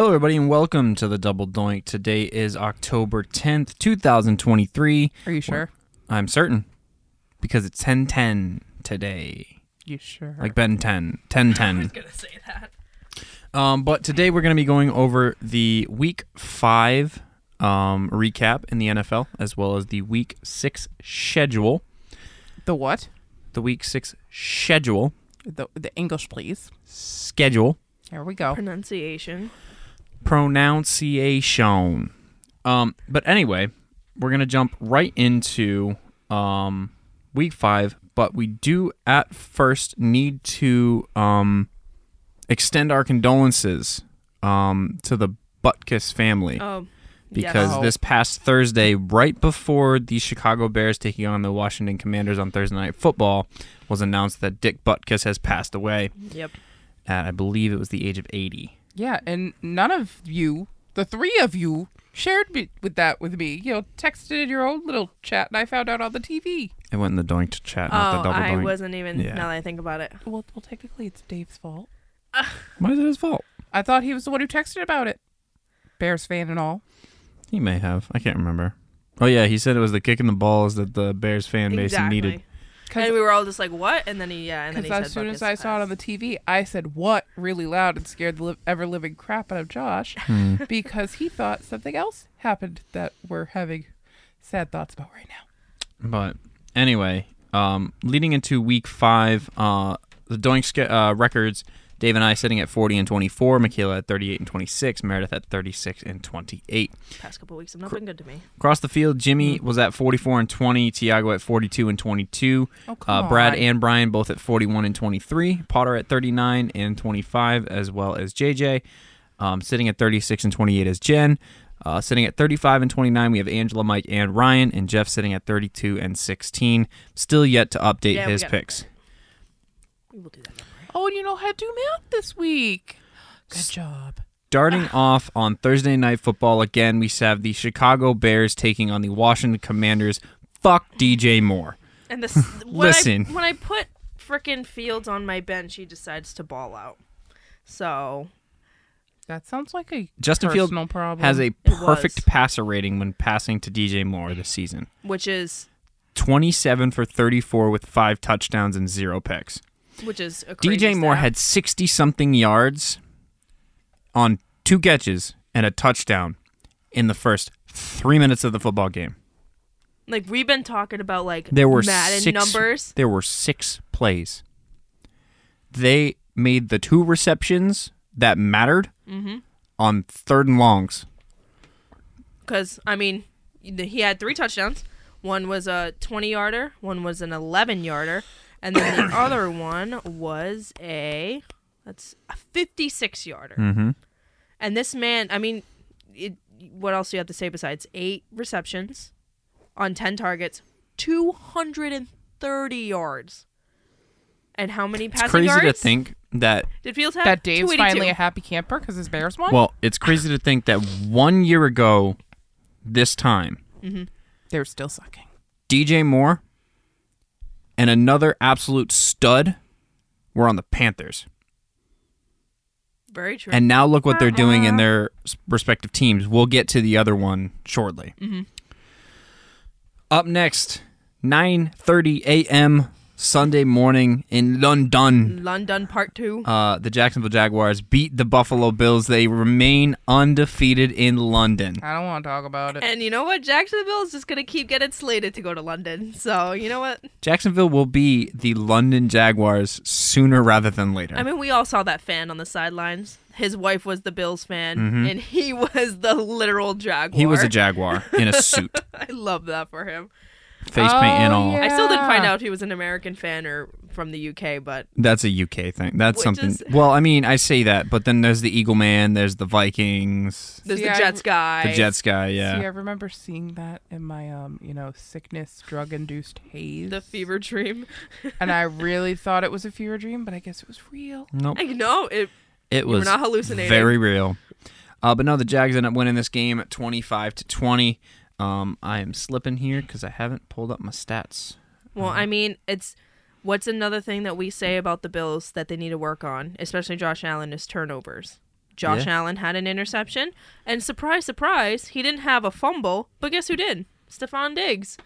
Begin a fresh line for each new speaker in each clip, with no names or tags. everybody, and welcome to the Double Doink. Today is October 10th, 2023.
Are you sure?
I'm certain because it's 1010 today.
You sure?
Like Ben 10, 1010.
gonna say that.
Um, but today we're going to be going over the week five um, recap in the NFL, as well as the week six schedule.
The what?
The week six schedule.
The the English, please.
Schedule.
Here we go.
pronunciation.
Pronunciation. Um, but anyway, we're going to jump right into um, week five. But we do at first need to um, extend our condolences um, to the Butkus family.
Oh,
because
Yes.
this past Thursday, right before the Chicago Bears taking on the Washington Commanders on Thursday Night Football, was announced that Dick Butkus has passed away
yes. yep.
at, I believe, it was the age of 80.
Yeah, and none of you, the three of you, shared me, with that with me. You know, texted in your own little chat, and I found out on the TV.
It went in the doink to chat, not the
Oh,
double
I
doink.
wasn't even.
Yeah.
Now that I think about it,
Well, well, technically, it's Dave's fault.
Why is it his fault?
I thought he was the one who texted about it. Bears fan and all.
He may have. I can't remember. Oh, yeah, he said it was the kick in the balls that the Bears fan base
exactly.
needed.
And
Because
we were all just like, "What?" And then he, yeah. And then he said,
as soon
"Fuck
as
his
I saw it on the
ass."
TV, I said "what" really loud and scared the li- ever living crap out of Josh because he thought something else happened that we're having sad thoughts about right now.
But anyway, um, leading into week five, uh, the Doink sca- uh, records, Dave and I sitting at 40 and 24, Michaela at 38 and 26, Meredith at 36 and 28.
past couple weeks, have not been good to me.
Across the field, Jimmy was at 44 and 20, Tiago at 42 and 22,
Oh, come
uh, Brad
on.
and Brian both at 41 and 23, Potter at 39 and 25, as well as JJ. Um, sitting at 36 and 28 is Jen. Uh, sitting at 35 and 29, we have Angela, Mike, and Ryan, and Jeff sitting at 32 and 16. Still yet to update
Yeah, we
his
got-
picks.
We will do that. don't worry.
Oh, and you know how to do math this week. Good job.
Starting off on Thursday Night Football again, we have the Chicago Bears taking on the Washington Commanders. Fuck DJ Moore.
And this, when
Listen.
I, when I put frickin' Fields on my bench, he decides to ball out. So
That sounds like a
Justin Field
personal problem.
has a
was.
perfect passer rating when passing to DJ Moore this season.
which is
27 for 34 with five touchdowns and zero picks.
which is a
DJ
crazy
Moore
stat.
had 60 something yards on two catches and a touchdown in the first 3 minutes of the football game.
like we've been talking about like
There were
Madden
six
numbers.
There were 6 plays. They made the two receptions that mattered
Mm-hmm.
on third and longs.
because I mean, the- he had three touchdowns. One was a 20 yarder, one was an 11 yarder, and then the other one was a that's a 56 yarder.
Mm-hmm.
And this man, I mean, it, what else do you have to say besides eight receptions on 10 targets, 230 yards, and how many passing
It's crazy
yards?
to think that
Did Fields have
that Dave's
282.
finally a happy camper because his Bears won.
Well, it's crazy to think that one year ago, this time,
They're still sucking.
DJ Moore and another absolute stud were on the Panthers.
very true.
And now look what they're doing in their s- respective teams. We'll get to the other one shortly. Up next, 9:30 a.m. Sunday morning in London.
London Part Two.
Uh, the Jacksonville Jaguars beat the Buffalo Bills. They remain undefeated in London.
I don't want to talk about it.
And you know what? Jacksonville is just going to keep getting slated to go to London. So, you know what?
Jacksonville will be the London Jaguars sooner rather than later.
I mean, we all saw that fan on the sidelines. His wife was the Bills fan, and he was the literal Jaguar.
Mm-hmm. he was a Jaguar in a suit,
I love that for him.
face paint and
Oh,
all.
yeah.
I still didn't find out if he was an American fan or from the UK, but
That's a UK thing. That's
Which
something.
is-
Well, I mean, I say that, but then there's the Eagle Man, there's the Vikings,
there's
See, I-
the Jets guy.
the Jets guy,
See, I
yeah.
remember seeing that in my um, you know, sickness, drug-induced haze.
The fever dream.
and I really thought it was a fever dream, but I guess it was real.
Nope.
I know it.
It
were
was
not hallucinating.
very real. Uh, but no, the Jags end up winning this game at 25 to 20. Um, I am slipping here because I haven't pulled up my stats.
Well,
Uh-huh.
I mean, it's what's another thing that we say about the Bills that they need to work on, especially Josh Allen, is turnovers. Josh
Yeah.
Allen had an interception, and surprise, surprise, he didn't have a fumble. But guess who did? Stephon Diggs.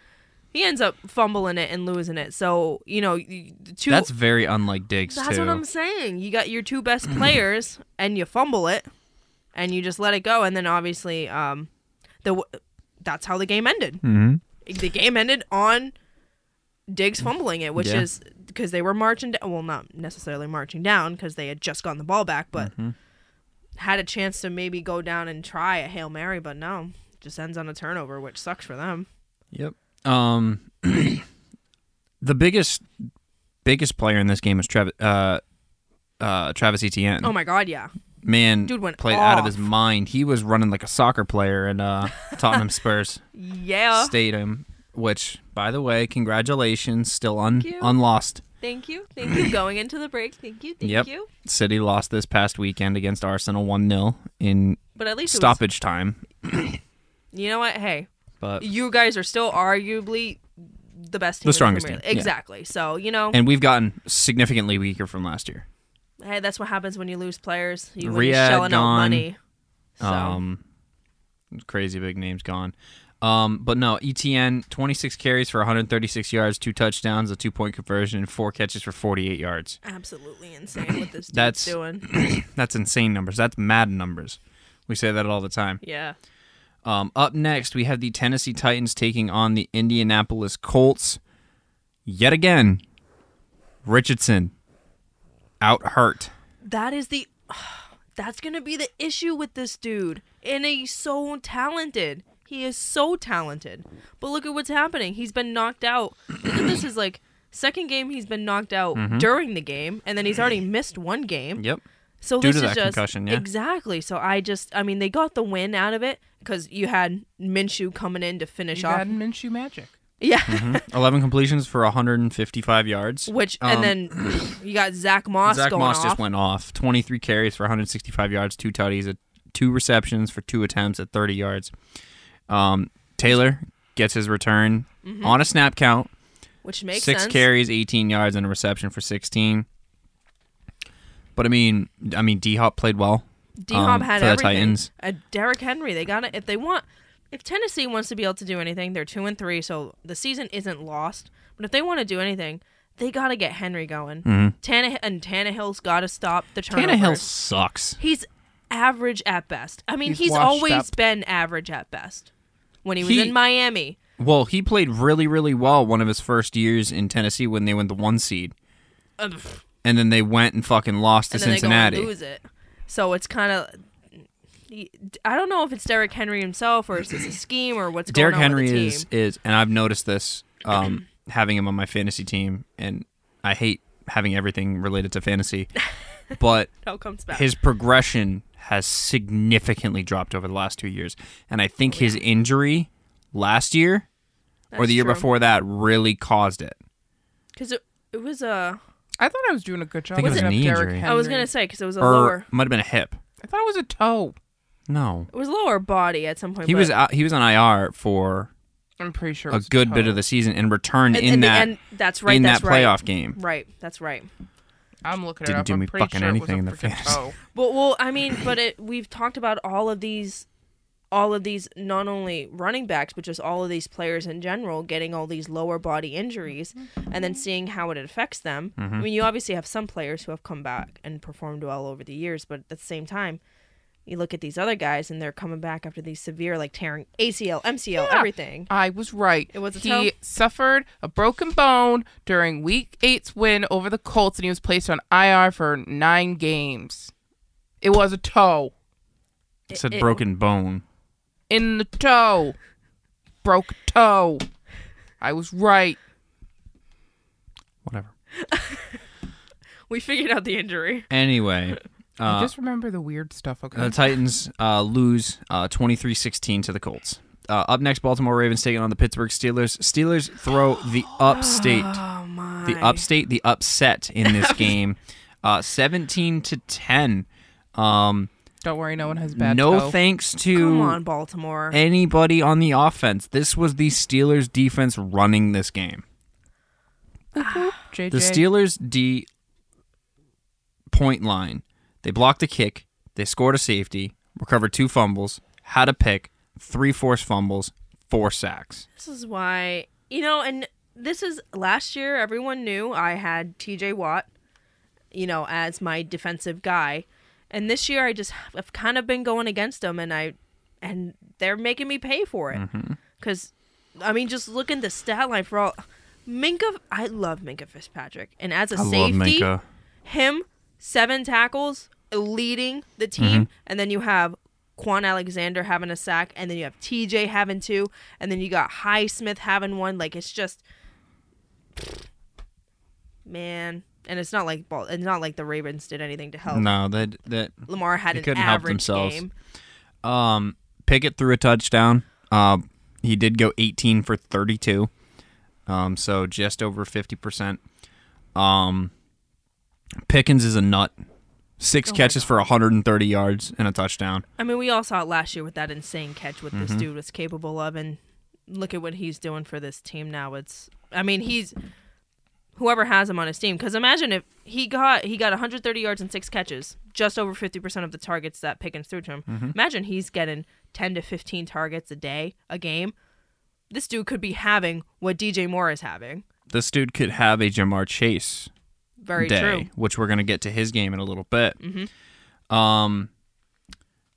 He ends up fumbling it and losing it. So you know, you- the two.
That's very unlike Diggs
that's
too.
what I'm saying. You got your two best players, and you fumble it, and you just let it go, and then obviously, um, the w- that's how the game ended.
Mhm.
The game ended on Diggs fumbling it, which
Mm. Yeah.
is because they were marching down. Well, not necessarily marching down because they had just gotten the ball back, but
Mm-hmm.
had a chance to maybe go down and try a hail mary, but no, just ends on a turnover, which sucks for them.
Yep. Um, the biggest biggest player in this game is Travis uh, uh, Travis Etienne.
Oh my god, yeah,
Man,
Dude went
played out of his
off.
mind. He was running like a soccer player in uh, Tottenham Spurs
yeah.
Stadium, which, by the way, congratulations, still un-
Thank you.
unlost.
thank you, thank you. Going into the break, thank you, thank
Yep.
you.
City lost this past weekend against Arsenal 1 0 in
But at least it was-
stoppage time.
you know what? Hey,
But
you guys are still arguably the best team.
The strongest
in the Premier
team,
League.
yeah.
Exactly. So, you know,
And we've gotten significantly weaker from last year.
hey, that's what happens when you lose players. You when you're
Riyadh
shelling out
gone.
money. So,
Um, crazy big names gone. Um, but no, ETN, 26 carries for 136 yards, two touchdowns, a two point conversion, and four catches for 48 yards.
absolutely insane what this dude's
That's-
doing.
That's insane numbers. That's mad numbers. We say that all the time.
Yeah.
Um, up next, we have the Tennessee Titans taking on the Indianapolis Colts. Yet again, Richardson out hurt.
That is the. That's going to be the issue with this dude. And he's so talented. He is so talented. But look at what's happening. He's been knocked out. Look at this is like second game he's been knocked out
Mm-hmm.
during the game and then he's already missed one game.
Yep.
So
Due
this
to
is
that
just
concussion, yeah.
exactly. So I just, I mean, they got the win out of it because you had Minshew coming in to finish
You
off,
got Minshew magic.
yeah.
Mm-hmm. 11 completions for 155 yards.
Which
Um,
and then you got Zach Moss
Zach
going
Moss
off.
just went off. 23 carries for 165 yards, two tutties, at two receptions for two attempts at 30 yards. Um, Taylor gets his return on a snap count.
which Mm-hmm. makes
six
sense.
carries, 18 yards, and a reception for 16. But I mean, I mean, D Hop played well.
D Hop
um,
had
for the
everything.
Titans.
Uh, Derrick Henry, they got it. If they want, if Tennessee wants to be able to do anything, they're two and three, so the season isn't lost. But if they want to do anything, they got to get Henry going.
Mm-hmm.
Tannehill and Tannehill's got to stop the turnovers.
Tannehill sucks.
He's average at best. I mean,
He's
he's,
washed
always
up.
been average at best. When he was
He-
in Miami,
Well, he played really, really well one of his first years in Tennessee when they went the one seed,
Uh, pff,
and then they went and fucking lost to
and then
Cincinnati.
they go and lose it. So it's kind of. I don't know if it's Derrick Henry himself or it's just a scheme or what's
Derrick
going on
Henry
with the team.
is is, and I've noticed this um, having him on my fantasy team, and I hate having everything related to fantasy, but
It all comes back.
his progression has significantly dropped over the last two years, and I think his injury last year or
Oh, That's
the year
true.
before that really caused it.
because it, it was a.
I thought I was doing a good job.
think it was
looking
a
up
knee
Derrick
injury.
I was
Henry.
gonna say because it was a
or
lower.
might have been a hip.
I thought it was a toe.
No,
It was lower body at some point.
he
but-
was out, he was on IR for
I'm pretty sure it
a
was
good
toe.
bit of the season and returned
oh. and-
in
and the-
that
and that's right.
in
that's
that
right.
playoff game.
Right. That's right.
I'm looking it
Didn't
up.
do
I'm
me
pretty
fucking
sure it was
anything
a
in the
freaking
fantasy.
toe.
Well, well, I mean, but it, we've talked about all of these, all of these, not only running backs, but just all of these players in general getting all these lower body injuries, and then seeing how it affects them. I mean, you obviously have some players who have come back and performed well over the years, but at the same time, you look at these other guys and they're coming back after these severe, like tearing ACL, MCL,
Yeah.
everything.
I was right.
It was a
he
toe?
suffered a broken bone during Week Eight's win over the Colts, and he was placed on IR for nine games. It was a toe
It said
it-
broken bone.
in the toe, broke toe. I was right.
Whatever.
We figured out the injury.
Anyway,
I
uh,
just remember the weird stuff. Okay,
the Titans uh, lose uh, 23-16 to the Colts. Uh, up next, Baltimore Ravens taking on the Pittsburgh Steelers. Steelers throw the upstate,
Oh my!
the upstate, the upset in this game, uh, seventeen to ten. Um,
don't worry, no one has bad
no
toe.
thanks
Come
to
on, Baltimore.
anybody on the offense. This was the Steelers defense running this game.
JJ.
The Steelers D point line. They blocked the kick. They scored a safety, recovered two fumbles, had a pick, three forced fumbles, four sacks.
This is why, you know, and this is last year, everyone knew I had TJ Watt, you know, as my defensive guy. And this year I just have kind of been going against them and I and they're making me pay for it. Cuz I mean, just look at the stat line for all Minka I love Minka Fitzpatrick. And as a safety, him, seven tackles, leading the team,
Mm-hmm.
and then you have Quan Alexander having a sack, and then you have TJ having two, and then you got Highsmith having one. Like it's just, man, and it's not like ball. It's not like the Ravens did anything to help.
No, that that
Lamar had
They
an
couldn't help
average
themselves.
game.
Um, Pickett threw a touchdown. Um, he did go 18 for 32. Um, so just over 50%. Um, Pickens is a nut.
Oh
Six catches for 130 yards and a touchdown.
I mean, we all saw it last year with that insane catch what
Mm-hmm.
this dude was capable of, and look at what he's doing for this team now. It's, I mean, he's whoever has him on his team. Because imagine if he got he got 130 yards and six catches, just over 50 percent of the targets that Pickens threw to him.
Mm-hmm.
Imagine he's getting 10 to 15 targets a day, a game. This dude could be having what DJ Moore is having.
This dude could have a Jamar Chase
Very
day,
true. Mm-hmm.
which we're going to get to his game in a little bit. Um,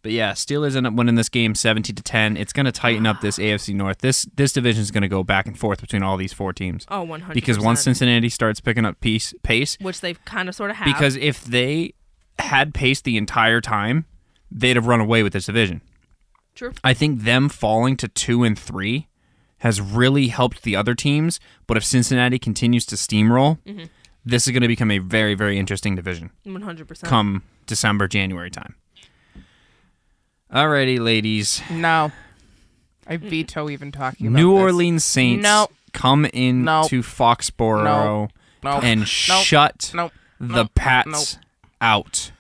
but yeah, Steelers end up winning this game 17 to 10. It's going to tighten up this AFC North. This this division is going to go back and forth between all these four teams.
Oh, 100.
because once Cincinnati starts picking up piece, pace,
which they've kind of sort of have.
because if they had pace the entire time, they'd have run away with this division.
True.
I think them falling to two and three has really helped the other teams. But if Cincinnati continues to steamroll,
Mm-hmm.
this is going to become a very, very interesting division
100 percent.
come December, January time. Alrighty, ladies.
No. I veto even talking about
New
this.
Orleans Saints
Nope.
come in
Nope.
to Foxborough
Nope.
and
Nope.
shut
Nope.
the
Nope.
Pats out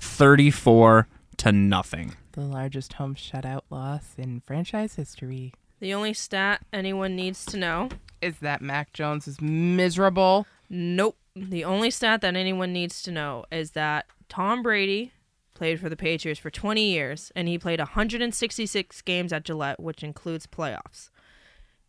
34 to nothing.
The largest home shutout loss in franchise history.
The only stat anyone needs to know
Is that Mac Jones is miserable?
Nope. The only stat that anyone needs to know is that Tom Brady played for the Patriots for 20 years and he played 166 games at Gillette, which includes playoffs.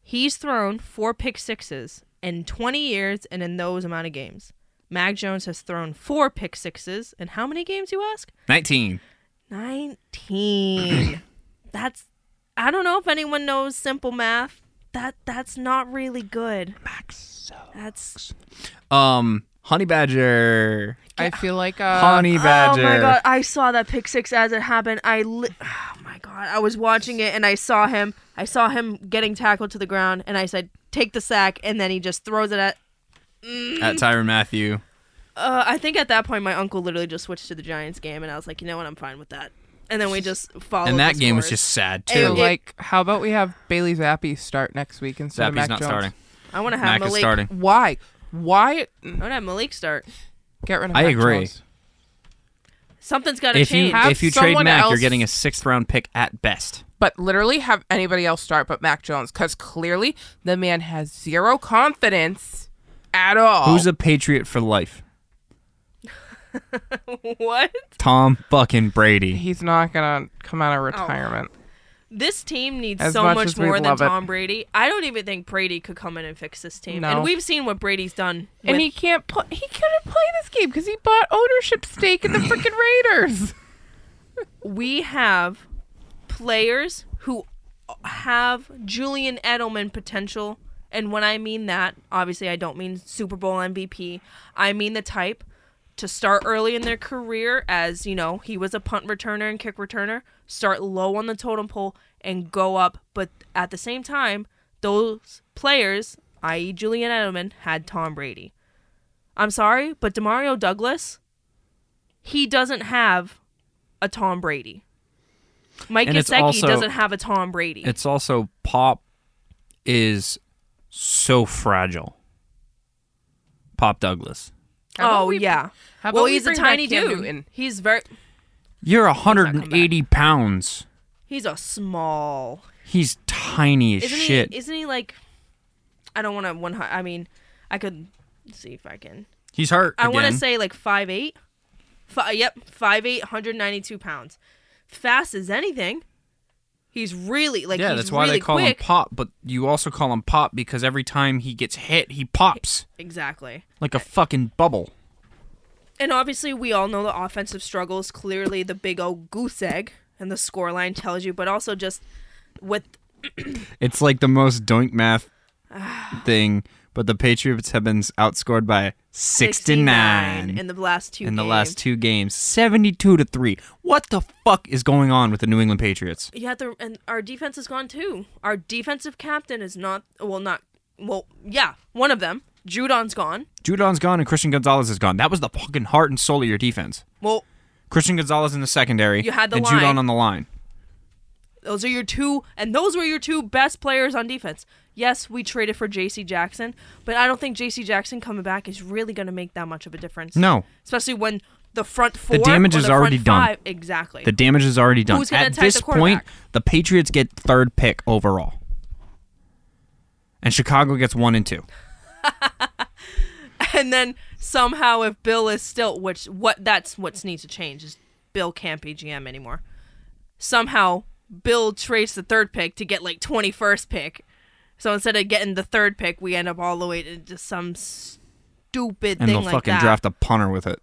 He's thrown four pick sixes in 20 years and in those amount of games. Mag Jones has thrown four pick sixes in how many games, you ask?
19.
19. that's, I don't know if anyone knows simple math. That That's not really good.
Max.
That's,
Um, Honey Badger.
I feel like uh
Honey Badger.
Oh my god, I saw that pick six as it happened. I li- oh my god, I was watching it and I saw him. I saw him getting tackled to the ground and I said, "Take the sack." And then he just throws it at
At Tyron Matthew.
uh, I think at that point my uncle literally just switched to the Giants game and I was like, "You know what? I'm fine with that." And then we just followed
And that
the
game was
scores.
just sad,
So,
too.
Ew.
like, how about we have Bailey Zappi start next week instead of
Zappy's
Mac
not
Jones?
starting.
I want to have
Mac
Malik
is starting.
Why? Why
I want to have Malik start.
get rid of?
I
Mac
agree.
Jones?
Something's got to
If you
change.
Have
if you trade
someone
Mac, you're
else-
getting a sixth round pick at best.
But literally, have anybody else start but Mac Jones? Because clearly, the man has zero confidence at all.
Who's a Patriot for life?
what?
Tom fucking Brady.
He's not gonna come out of retirement.
This team needs
As
so
much
much,
as we
more than
love it.
Tom Brady. I don't even think Brady could come in and fix this team.
No.
And we've seen what Brady's done.
And
with-
he can't play. He couldn't play this game because he bought ownership stake in the freaking Raiders.
we have players who have Julian Edelman potential. And when I mean that, obviously I don't mean Super Bowl MVP. I mean the type to start early in their career as, you know, he was a punt returner and kick returner, start low on the totem pole and go up, but at the same time, those players, i.e. Julian Edelman, had Tom Brady. I'm sorry, but Demario Douglas, he doesn't have a Tom Brady. Mike
And it's
Gesicki
also-
doesn't have a Tom Brady.
It's also Pop is so fragile. Pop Douglas.
How about
oh
we-
yeah.
how about
well,
we
he's a
bring back
tiny
Cam
dude.
Newton?
He's very.
You're
not come
180 pounds.
He's a small.
He's tiny as
Isn't
shit.
he? Isn't he like? I don't want to one. hu- I mean, I could see if I can.
He's hurt.
I want to
again.
say like five eight. Fi yep, 5'8", 192 pounds. Fast as anything. He's really like
yeah,
he's
that's why
really
they call
quick.
him Pop, but you also call him Pop because every time he gets hit, he pops
Exactly.
like a fucking bubble.
And obviously, we all know the offensive struggles. Clearly, the big old goose egg and the scoreline tells you, but also just with
It's like the most doink math thing, but the Patriots have been outscored by 69
in the last two
in the
games.
last two games, 72 to 3. What the fuck is going on with the New England Patriots?
You have to, and our defense is gone too. Our defensive captain is not, well, not, well, yeah, one of them. Judon's gone.
Judon's gone and Christian Gonzalez is gone. That was the fucking heart and soul of your defense.
Well,
Christian Gonzalez in the secondary
You had the
and
line.
Judon on the line.
those are your two, and those were your two best players on defense. Yes, we traded for J.C. Jackson, but I don't think J.C. Jackson coming back is really going to make that much of a difference.
No.
especially when the front four,
damage
or
is
the front
already done.
five- Exactly.
The damage is already done.
Who's gonna
At
attack
this
the
point,
quarterback?
the Patriots get third pick overall. And Chicago gets one and two.
and then somehow, if Bill is still, which what that's what needs to change is Bill can't be GM anymore. Somehow, Bill trades the third pick to get like twenty first pick. So instead of getting the third pick, we end up all the way to just some stupid
And
thing
they'll
like
fucking
that.
draft a punter with it.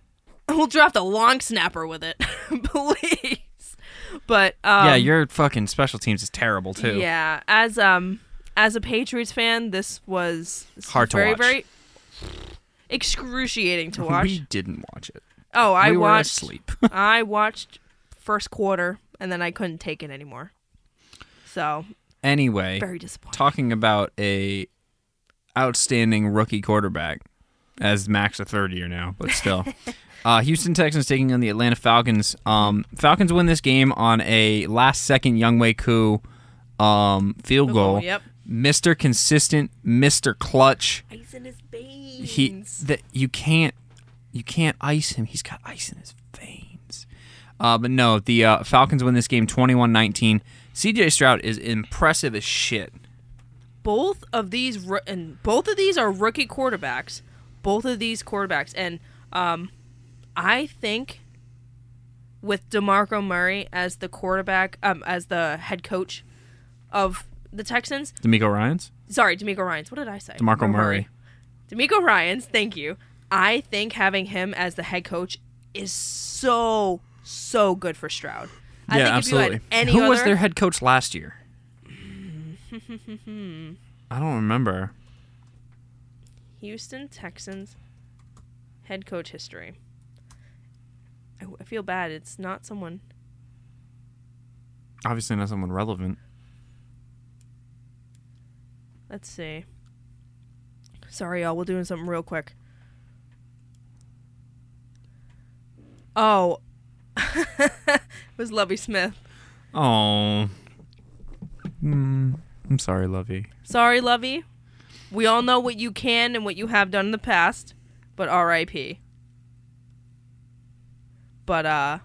we'll draft a long snapper with it, please. But um,
yeah, your fucking special teams is terrible too.
Yeah, as um as a Patriots fan, this was this was
Hard to
very
watch.
very excruciating to watch.
We didn't watch it.
oh, I
we were
watched
asleep.
I watched first quarter and then I couldn't take it anymore. So,
anyway,
very disappointed.
talking about a outstanding rookie quarterback as Max a third year now, but still. uh, Houston Texans taking on the Atlanta Falcons. Um, Falcons win this game on a last second Young Wei Koo um, field goal.
yep.
Mr. Consistent, Mr. Clutch.
Ice in his veins.
He that you can't you can't ice him. He's got ice in his veins. Uh, but no, the uh, Falcons win this game 21-19. CJ Stroud is impressive as shit.
both of these ro- and both of these are rookie quarterbacks. Both of these quarterbacks and um I think with DeMarco Murray as the quarterback um as the head coach of the Texans,
D'Amico Ryan's?
sorry, D'Amico Ryans. What did I say?
DeMarco
Or
Murray.
D'Amico Ryans, thank you. I think having him as the head coach is so so good for Stroud. I think if you had any
Who
other,
was their head coach last year? I don't remember.
Houston Texans head coach history. I, I feel bad. It's not someone.
Obviously not someone relevant.
Let's see. Sorry, y'all. We're doing something real quick. Oh, it was Lovey Smith.
Oh. Mm, I'm sorry, Lovey.
Sorry, Lovey. We all know what you can and what you have done in the past, but R.I.P. But uh.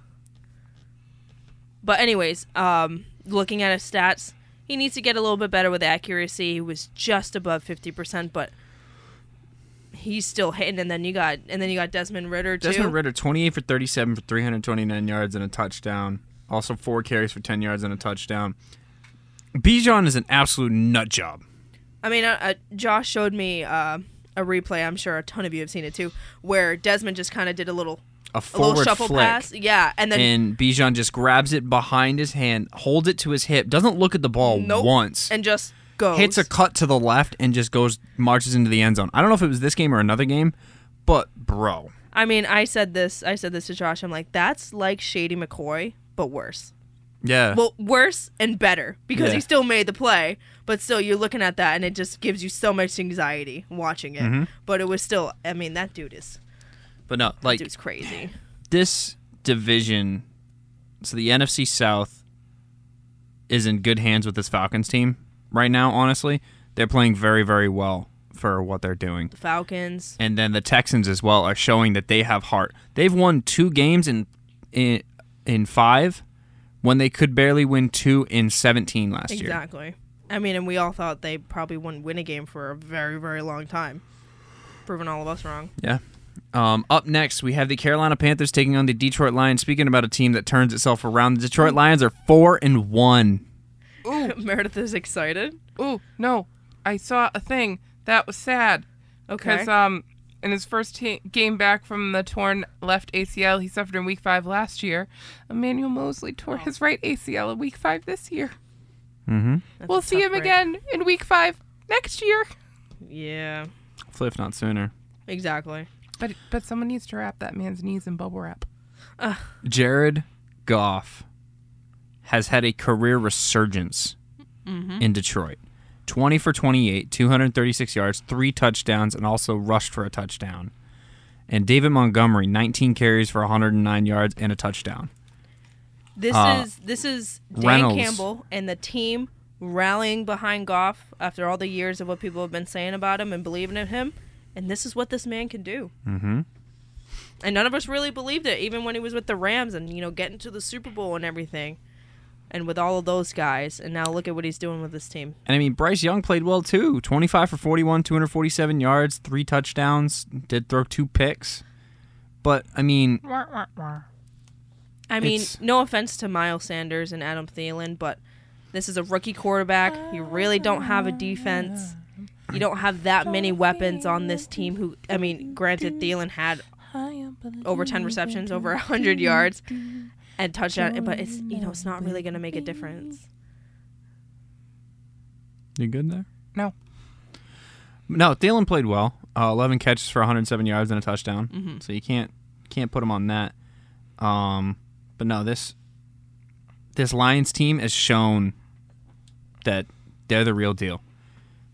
But anyways, um, looking at his stats, he needs to get a little bit better with accuracy. He was just above fifty percent, but he's still hitting. And then you got and then you got Desmond Ritter too.
Desmond Ritter, 28 for 37 for 329 yards and a touchdown. Also four carries for 10 yards and a touchdown. Bijan is an absolute nut job.
I mean, uh, uh, Josh showed me uh, a replay. I'm sure a ton of you have seen it too, where Desmond just kind of did a little
A
a little
forward
shuffle
flick.
pass. Yeah, and then
And Bijan just grabs it behind his hand, holds it to his hip, doesn't look at the ball
Nope.
once.
and just goes.
hits a cut to the left and just goes marches into the end zone. I don't know if it was this game or another game, but bro,
I mean, I said this. I said this to Josh. I'm like, that's like Shady McCoy, but worse.
yeah,
Well, worse and better because
Yeah.
he still made the play, but still you're looking at that and it just gives you so much anxiety watching it.
Mm-hmm.
But it was still. I mean, that dude is
but no,
like,
like
dude's crazy.
this division, so the NFC South is in good hands with this Falcons team right now. Honestly, they're playing very, very well for what they're doing.
The Falcons.
and then the Texans as well are showing that they have heart. They've won two games in in in five when they could barely win two in seventeen last year.
Exactly. I mean, and we all thought they probably wouldn't win a game for a very, very long time. Proving all of us wrong.
Yeah. Um, up next, we have the Carolina Panthers taking on the Detroit Lions. Speaking about a team that turns itself around, the Detroit Lions are four and one.
Meredith is excited.
Ooh, no. I saw a thing that was sad. Because um, in his first ta- game back from the torn left ACL he suffered in Week Five last year, Emmanuel Mosley tore his right ACL in Week Five this year.
That's
we'll
a
see
tough
him
break.
again in Week Five next year.
Yeah,
Hopefully, if not sooner.
exactly.
But but someone needs to wrap that man's knees in bubble wrap.
Jared Goff has had a career resurgence in Detroit. 20 for 28, 236 yards, three touchdowns, and also rushed for a touchdown. And David Montgomery, 19 carries for 109 yards and a touchdown.
This
Uh,
is this is Dan
Reynolds.
Campbell and the team rallying behind Goff after all the years of what people have been saying about him and believing in him, and this is what this man can do. Mm-hmm. And none of us really believed it, even when he was with the Rams and you know getting to the Super Bowl and everything, and with all of those guys. And now look at what he's doing with this team.
And I mean, Bryce Young played well too. 25 for 41, 247 yards, three touchdowns, did throw two picks. But I mean,
Wah, wah, wah.
I mean,
It's-
no offense to Miles Sanders and Adam Thielen, but this is a rookie quarterback. You really don't have a defense. You don't have that many weapons on this team. Who, I mean, granted, Thielen had over ten receptions, over hundred yards, and touchdown. But it's you know, it's not really going to make a difference.
you good there?
No.
No, Thielen played well. Uh, 11 catches for 107 yards and a touchdown. So you can't can't put him on that. Um, but no, this this Lions team has shown that they're the real deal.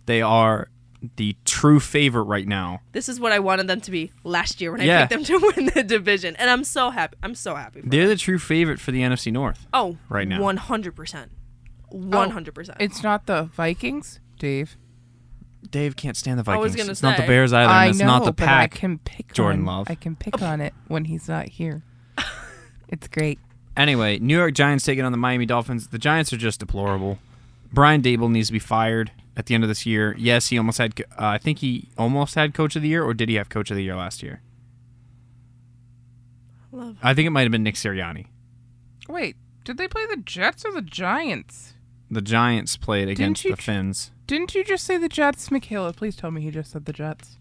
They are the true favorite right now.
This is what I wanted them to be last year when I
Yeah.
picked them to win the division, and I'm so happy. I'm so happy. For them.
They're the true favorite for the NFC North.
Oh,
Right now.
one hundred percent, one hundred percent.
It's not the Vikings, Dave.
Dave can't stand the
I
Vikings.
was gonna
it's not the
say.
Bears either.
I
and it's
know,
not the
but I
pack.
can pick
Jordan
on,
Love.
I can pick on it when he's not here. it's great.
Anyway, New York Giants taking on the Miami Dolphins. The Giants are just deplorable. Brian Dable needs to be fired at the end of this year. Yes, he almost had. co- Uh, I think he almost had coach of the year, or did he have coach of the year last year?
Love.
I think it might have been Nick Sirianni.
Wait, did they play the Jets or the Giants?
The Giants played against
you
the
tr-
Finns.
Didn't you just say the Jets, Michaela? Please tell me he just said the Jets.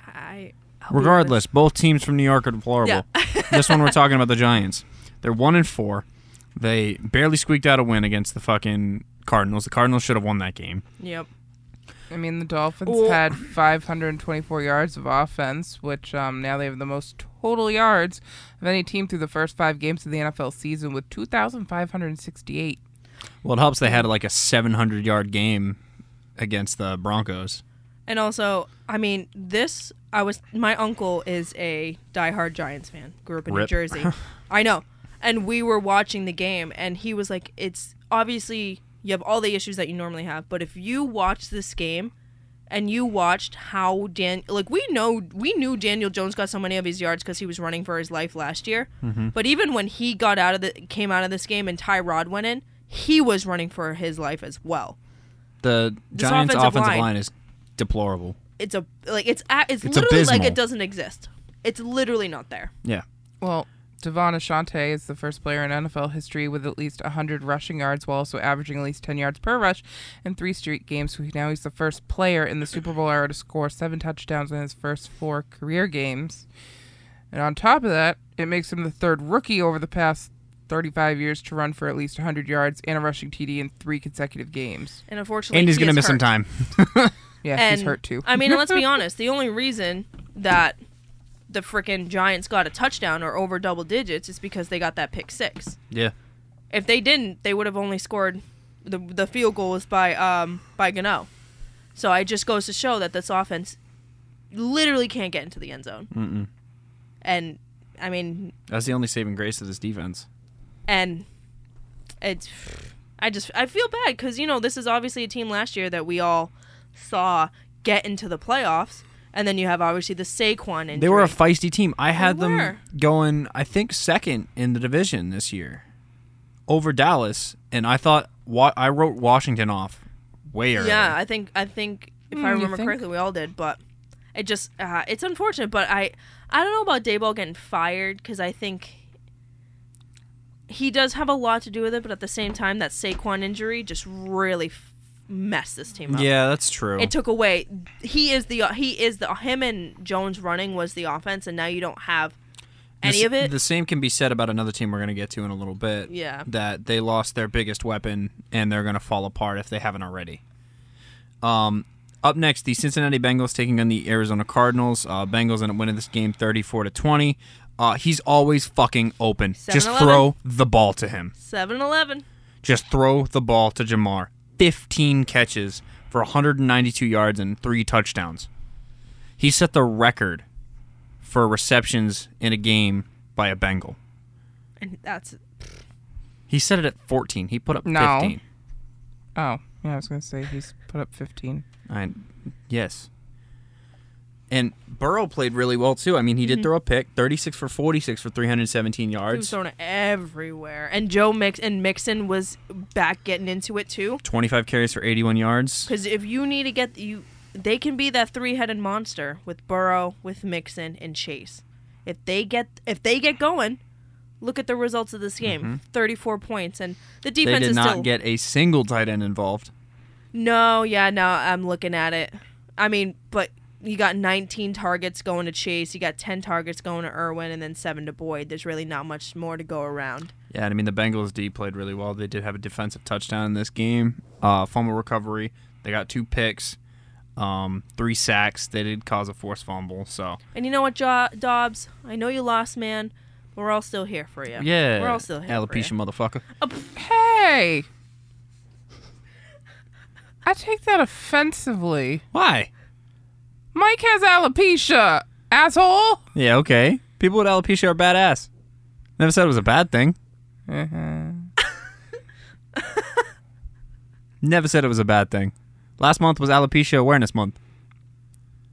I I'll be honest.
Regardless, both teams from New York are deplorable. this one we're talking about the Giants. They're one and four. They barely squeaked out a win against the fucking Cardinals. The Cardinals should have won that game.
Yep.
I mean, the Dolphins
Well-
had 524 yards of offense, which um, now they have the most total yards of any team through the first five games of the NFL season with 2,568.
Well, it helps they had like a 700 yard game against the Broncos.
And also, I mean, this I was my uncle is a diehard Giants fan. Grew up in New
Rip.
Jersey. I know. And we were watching the game and he was like, It's obviously you have all the issues that you normally have, but if you watch this game and you watched how Dan like we know we knew Daniel Jones got so many of his yards because he was running for his life last year. But even when he got out of the came out of this game and Tyrod went in, he was running for his life as well.
The
This
Giants'
offensive
offensive,
line-
line. is deplorable.
it's a like it's a, it's,
It's
literally like
abysmal.
it doesn't exist. It's literally not there.
Yeah.
Well, Devon Ashante is the first player in NFL history with at least 100 rushing yards while also averaging at least 10 yards per rush in three straight games. So now he's the first player in the Super Bowl era to score seven touchdowns in his first four career games. And on top of that, it makes him the third rookie over the past 35 years to run for at least 100 yards and a rushing TD in three consecutive games.
And unfortunately,
And he's
he
going to miss
is
some
hurt.
time.
Yeah,
And
he's hurt too.
I mean, let's be honest. The only reason that the freaking Giants got a touchdown or over double digits is because they got that pick six.
yeah.
If they didn't, they would have only scored the the field goal was by um by Gano. So it just goes to show that this offense literally can't get into the end zone. Mm-mm. And I mean,
That's the only saving grace of this defense.
and it's i just i feel bad because you know this is obviously a team last year that we all saw get into the playoffs and then you have obviously the Saquon injury.
They were a feisty team. I had them
were.
going, I think, second in the division this year over Dallas. And I thought, wa- I wrote Washington off way early.
yeah i think i think if
Hmm,
i
you
remember
think?
correctly we all did but It just uh, it's unfortunate, but I I don't know about Dayball getting fired because I think he does have a lot to do with it. But at the same time, that Saquon injury just really f- messed this team up.
Yeah, that's true.
It took away. He is the he is the him and Jones running was the offense, and now you don't have any
the,
of it.
The same can be said about another team we're going to get to in a little bit.
Yeah.
That they lost their biggest weapon and they're going to fall apart if they haven't already. Um, up next, the Cincinnati Bengals taking on the Arizona Cardinals. Uh, Bengals end up winning this game 34 to 20. Uh, he's always fucking open. Just
7-Eleven.
throw the ball to him.
Seven Eleven.
Just throw the ball to Jamar. 15 catches for 192 yards and three touchdowns. He set the record for receptions in a game by a Bengal.
And that's
He set it at 14. He put up
No.
15.
Oh, yeah, I was gonna say he's put up 15.
I, yes. And Burrow played really well too. I mean, he did throw a pick, 36 for 46 for 317
Mm-hmm. he was
yards,
thrown everywhere. And Joe Mix and Mixon was back getting into it too.
25 carries for 81 yards.
Because if you need to get you, they can be that three-headed monster with Burrow, with Mixon, and Chase. If they get if they get going, look at the results of this game: thirty-four points, and the
Mm-hmm. They
defense
did
is
not
still.
get a single tight end involved.
no, yeah, no, I'm looking at it. I mean, but you got 19 targets going to Chase, you got 10 targets going to Irwin, and then seven to Boyd. There's really not much more to go around.
Yeah, and I mean the Bengals D played really well. They did have a defensive touchdown in this game, uh, fumble recovery. They got two picks, um, three sacks. They did cause a forced fumble. So
And you know what, jo- Dobbs? I know you lost, man. but We're all still here for you.
yeah,
we're all still here. for you.
alopecia motherfucker.
Hey, I take that offensively.
Why?
Mike has alopecia, asshole.
Yeah, okay. People with alopecia are badass. Never said it was a bad thing.
Uh-huh.
Never said it was a bad thing. Last month was alopecia awareness month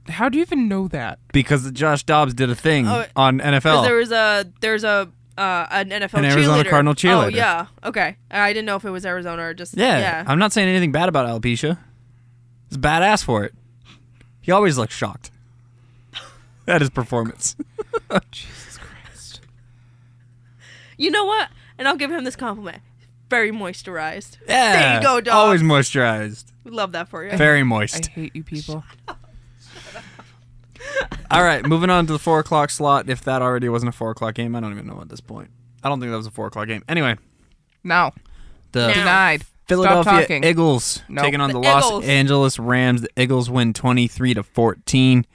How do you even know that?
because Josh Dobbs did a thing
Oh,
on NFL.
Because there was a there's a uh, an NFL
An Arizona
cheerleader.
Cardinal
Oh
cheerleader.
yeah, okay. I didn't know if it was Arizona or just
yeah,
yeah.
I'm not saying anything bad about alopecia. He's badass for it. He always looks shocked at his performance.
Jesus Christ.
You know what? And I'll give him this compliment. Very moisturized.
Yeah.
There you go, Dobbs.
Always moisturized.
We love that for you.
Very
I
moist.
hate you people.
All right, moving on to the four o'clock slot. If that already wasn't a four o'clock game, I don't even know at this point. I don't think that was a four o'clock game. Anyway,
No,
the
Now.
denied. Stop
Philadelphia
talking.
Eagles
Nope.
taking on
The
the, Los
Eagles.
Angeles Rams. The Eagles win twenty three to fourteen.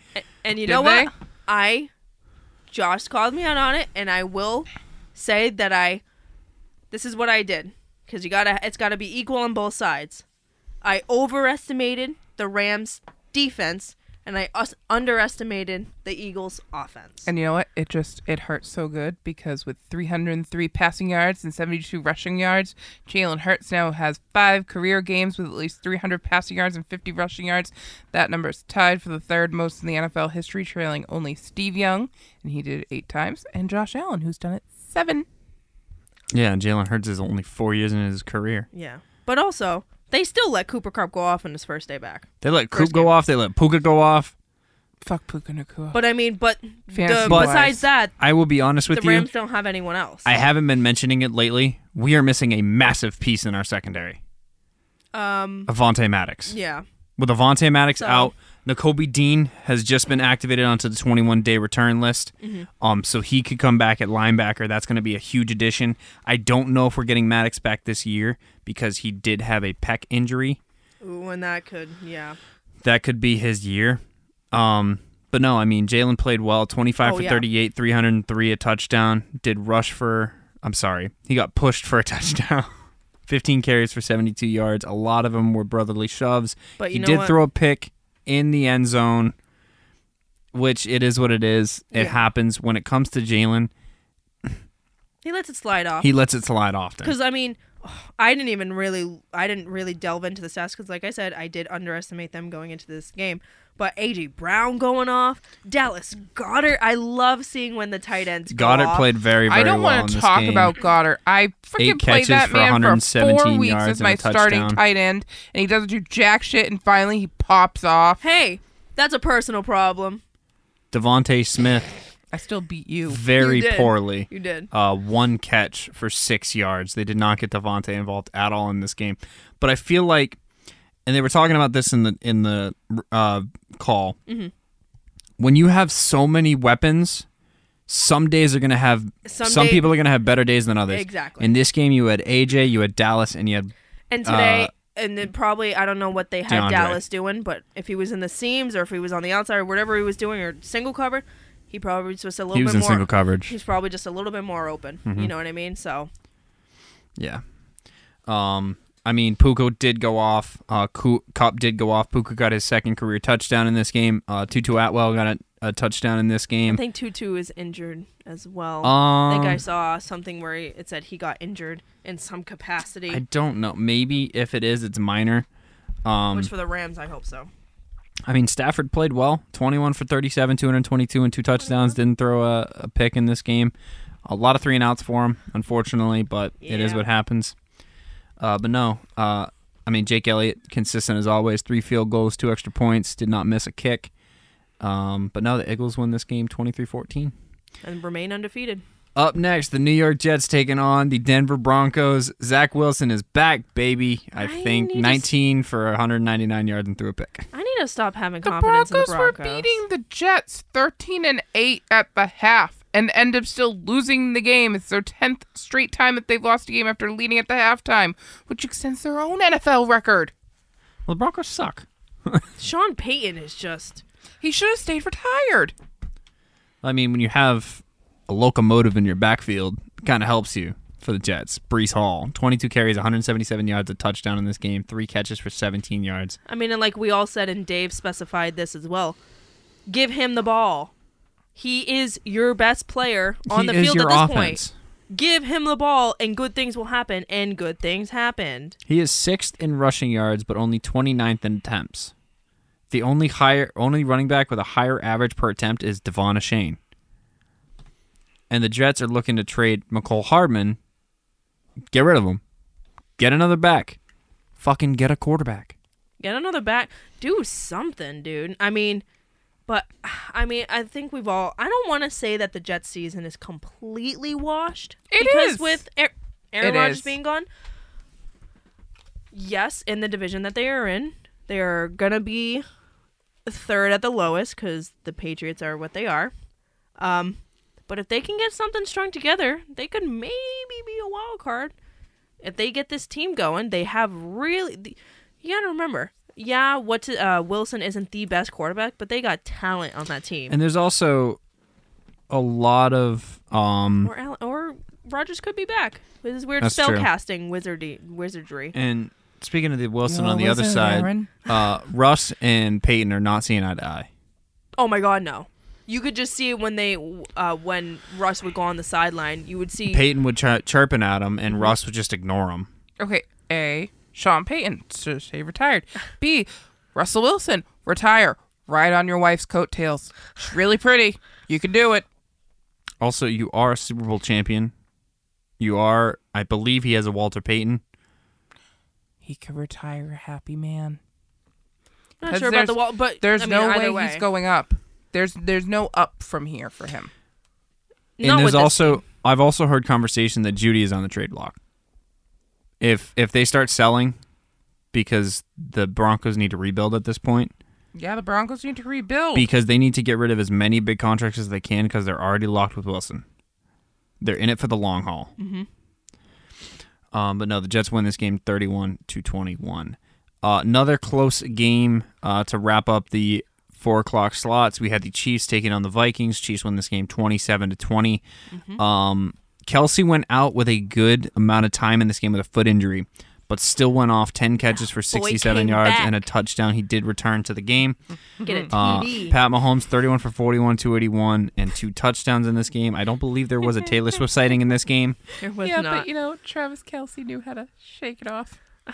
And you
Did
know
they?
what? I Josh called me out on it, and I will say that I this is what I did because you gotta it's gotta be equal on both sides. I overestimated the Rams defense, and I us- underestimated the Eagles offense.
And you know what? It just it hurts so good because with 303 passing yards and 72 rushing yards, Jalen Hurts now has five career games with at least 300 passing yards and 50 rushing yards. That number is tied for the third most in the NFL history, trailing only Steve Young, and he did it eight times, and Josh Allen, who's done it seven.
Yeah, and Jalen Hurts is only four years in his career.
Yeah. But also, they still let Cooper Cup go off on his first day back.
They let Coop
First
go
game.
off. They let Puka go off.
Fuck Puka Nakua.
But I mean, but the,
Fantasy
But-
besides that,
I will be honest
the
with you.
Rams don't have anyone else.
I haven't been mentioning it lately. We are missing a massive piece in our secondary.
um,
Avante Maddox.
yeah.
With Avante Maddox
So-
out, N'Kobe Dean has just been activated onto the 21 day return list. Um, so he could come back at linebacker. That's going to be a huge addition. I don't know if we're getting Maddox back this year because he did have a pec injury.
Ooh, and that could, yeah.
That could be his year. Um, but no, I mean Jalen played well. 25
Oh,
for
yeah.
38, 303, a touchdown. Did rush for. I'm sorry, he got pushed for a touchdown. 15 carries for 72 yards. A lot of them were brotherly shoves.
But you
he
know
did
what?
throw a pick in the end zone, which it is what it is. It
Yeah.
happens when it comes to Jalen.
He lets it slide off.
He lets it slide often.
Because, I mean, I didn't even really, I didn't really delve into the stats because, like I said, I did underestimate them going into this game. But A.J. Brown going off, Dallas Goddard. I love seeing when the tight ends go
Goddard
off.
played very, very
I don't
well
want to talk about Goddard. I freaking
Eight
played
catches
that
for
man for
117
four weeks
yards
as
and a
my starting
touchdown.
tight end, and he doesn't do jack shit. And finally, he pops off.
Hey, That's a personal problem.
Devonte Smith
I still beat you.
very
You did.
poorly.
You did.
Uh, one catch for six yards. They did not get Devonte involved at all in this game. But I feel like, and they were talking about this in the in the uh, call.
Mm-hmm.
When you have so many weapons, some days are going to have some,
Some day-
people are going to have better days than others.
Exactly.
In this game, you had AJ, you had Dallas, and you had
And today,
Uh,
and then probably I don't know what they had
DeAndre.
Dallas doing, but if he was in the seams or if he was on the outside or whatever he was doing or single cover, he probably was just a little
he was
bit
in
more.
single Mm-hmm. coverage.
He's probably just a little bit more open. You know what I mean? So
Yeah. Um, I mean, Puka did go off. Uh, Ku- Cup did go off. Puka got his second career touchdown in this game. Uh, Tutu Atwell got a, a touchdown in this
I
game.
think Tutu is injured as well. I
Um,
think I saw something where he- it said he got injured in some capacity.
I don't know. Maybe if it is, it's minor. Um,
which for the Rams, I hope so.
I mean, Stafford played well. 21 for 37, 222, and two touchdowns. Didn't throw a, a pick in this game. A lot of three and outs for him, unfortunately, but it is
Yeah.
what happens. Uh, but no, uh, I mean, Jake Elliott, consistent as always. Three field goals, two extra points, did not miss a kick. Um, but no, the Eagles win this game 23 14.
And remain undefeated.
Up next, the New York Jets taking on the Denver Broncos. Zach Wilson is back, baby. I,
I
think
need to s-
19 for 199 yards and threw a pick.
I need to stop having
The
confidence
Broncos,
in the
were
Broncos.
beating the Jets 13 and 8 at the half and end up still losing the game. It's their 10th straight time that they've lost a game after leading at the halftime, which extends their own NFL record.
Well, the Broncos suck.
Sean Payton is just
He should have stayed retired.
I mean, when you have a locomotive in your backfield, it kind of helps you for the Jets. Brees Hall, 22 carries, 177 yards, a touchdown in this game, three catches for 17 yards.
I mean, and like we all said, and Dave specified this as well. Give him the ball. He is your best player on
He
the
is
field
your
at this
offense.
point. Give him the ball, and good things will happen. And good things happened.
He is sixth in rushing yards, but only 29th in attempts. The only higher, only running back with a higher average per attempt is Devon Shane. And the Jets are looking to trade McCole Hardman. Get rid of him. Get another back. Fucking get a quarterback.
Get another back. Do something, dude. I mean, but I mean, I think we've all. I don't want to say that the Jets season is completely washed.
It
because
is.
with Aar- Aaron
It
Rodgers
is.
being gone. Yes, in the division that they are in, they are gonna be third at the lowest because the Patriots are what they are. Um, but if they can get something strung together, they could maybe be a wild card. If they get this team going, they have really. The, you gotta remember, yeah, what uh, Wilson isn't the best quarterback, but they got talent on that team.
And there's also a lot of um
or Allen, or Rogers could be back with his weird
That's
spell
true.
casting wizardy wizardry.
and speaking of the Wilson on the other side, uh Russ and Peyton are not seeing eye to eye.
Oh my God, no! You could just see when they uh, when Russ would go on the sideline, you would see.
Peyton would chir- chirping at him and Russ would just ignore him.
Okay, A. Sean Payton should have stayed retired. B. Russell Wilson retire. Ride on your wife's coattails. She's really pretty. You can do it.
Also, you are a Super Bowl champion. You are I believe he has a Walter Peyton.
He could retire a happy man.
I'm not
'Cause
sure about
there's-
the wall, but
There's
I mean,
no way,
either way
he's going up. There's there's no up from here for him.
Not
and there's
with this
also
team.
I've also heard conversation that Judy is on the trade block. If if they start selling because the Broncos need to rebuild at this point,
Yeah, the Broncos need to rebuild.
because they need to get rid of as many big contracts as they can because they're already locked with Wilson. They're in it for the long haul. Mm-hmm. Um, but no, the Jets win this game 31 to 21. Uh, another close game uh, to wrap up the four o'clock slots. We had the Chiefs taking on the Vikings. Chiefs win this game 27 to 20.
Mm-hmm.
Um, Kelsey went out with a good amount of time in this game with a foot injury, but still went off 10 catches for 67
Ah, came
yards
back.
and a touchdown. He did return to the game.
get a
Uh,
TD.
Pat Mahomes, 31 for 41, 281, and two touchdowns in this game. I don't believe there was a Taylor Swift sighting in this game.
there was
yeah,
not.
but you know, Travis Kelsey knew how to shake it off.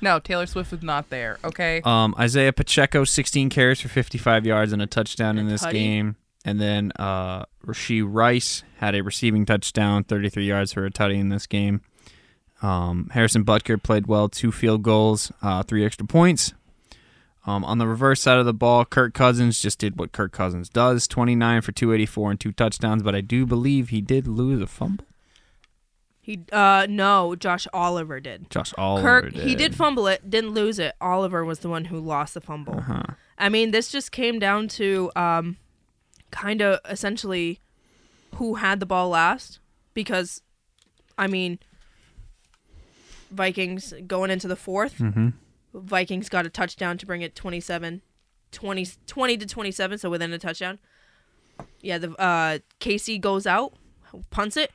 no, Taylor Swift was not there. Okay.
Um, Isaiah Pacheco, 16 carries for 55 yards and a touchdown in this
Tutty.
game. And then uh, Rasheed Rice had a receiving touchdown, 33 yards for a tutty in this game. Um, Harrison Butker played well, two field goals, uh, three extra points. Um, on the reverse side of the ball, Kirk Cousins just did what Kirk Cousins does 29 for 284 and two touchdowns, but I do believe he did lose a fumble.
He uh no, Josh Oliver did.
Josh Oliver.
Kirk he did fumble it, didn't lose it. Oliver was the one who lost the fumble. I mean, this just came down to um kind of essentially who had the ball last because I mean Vikings going into the 4th Vikings got a touchdown to bring it 27 20, 20 to 27 so within a touchdown. Yeah, the uh Casey goes out, punts it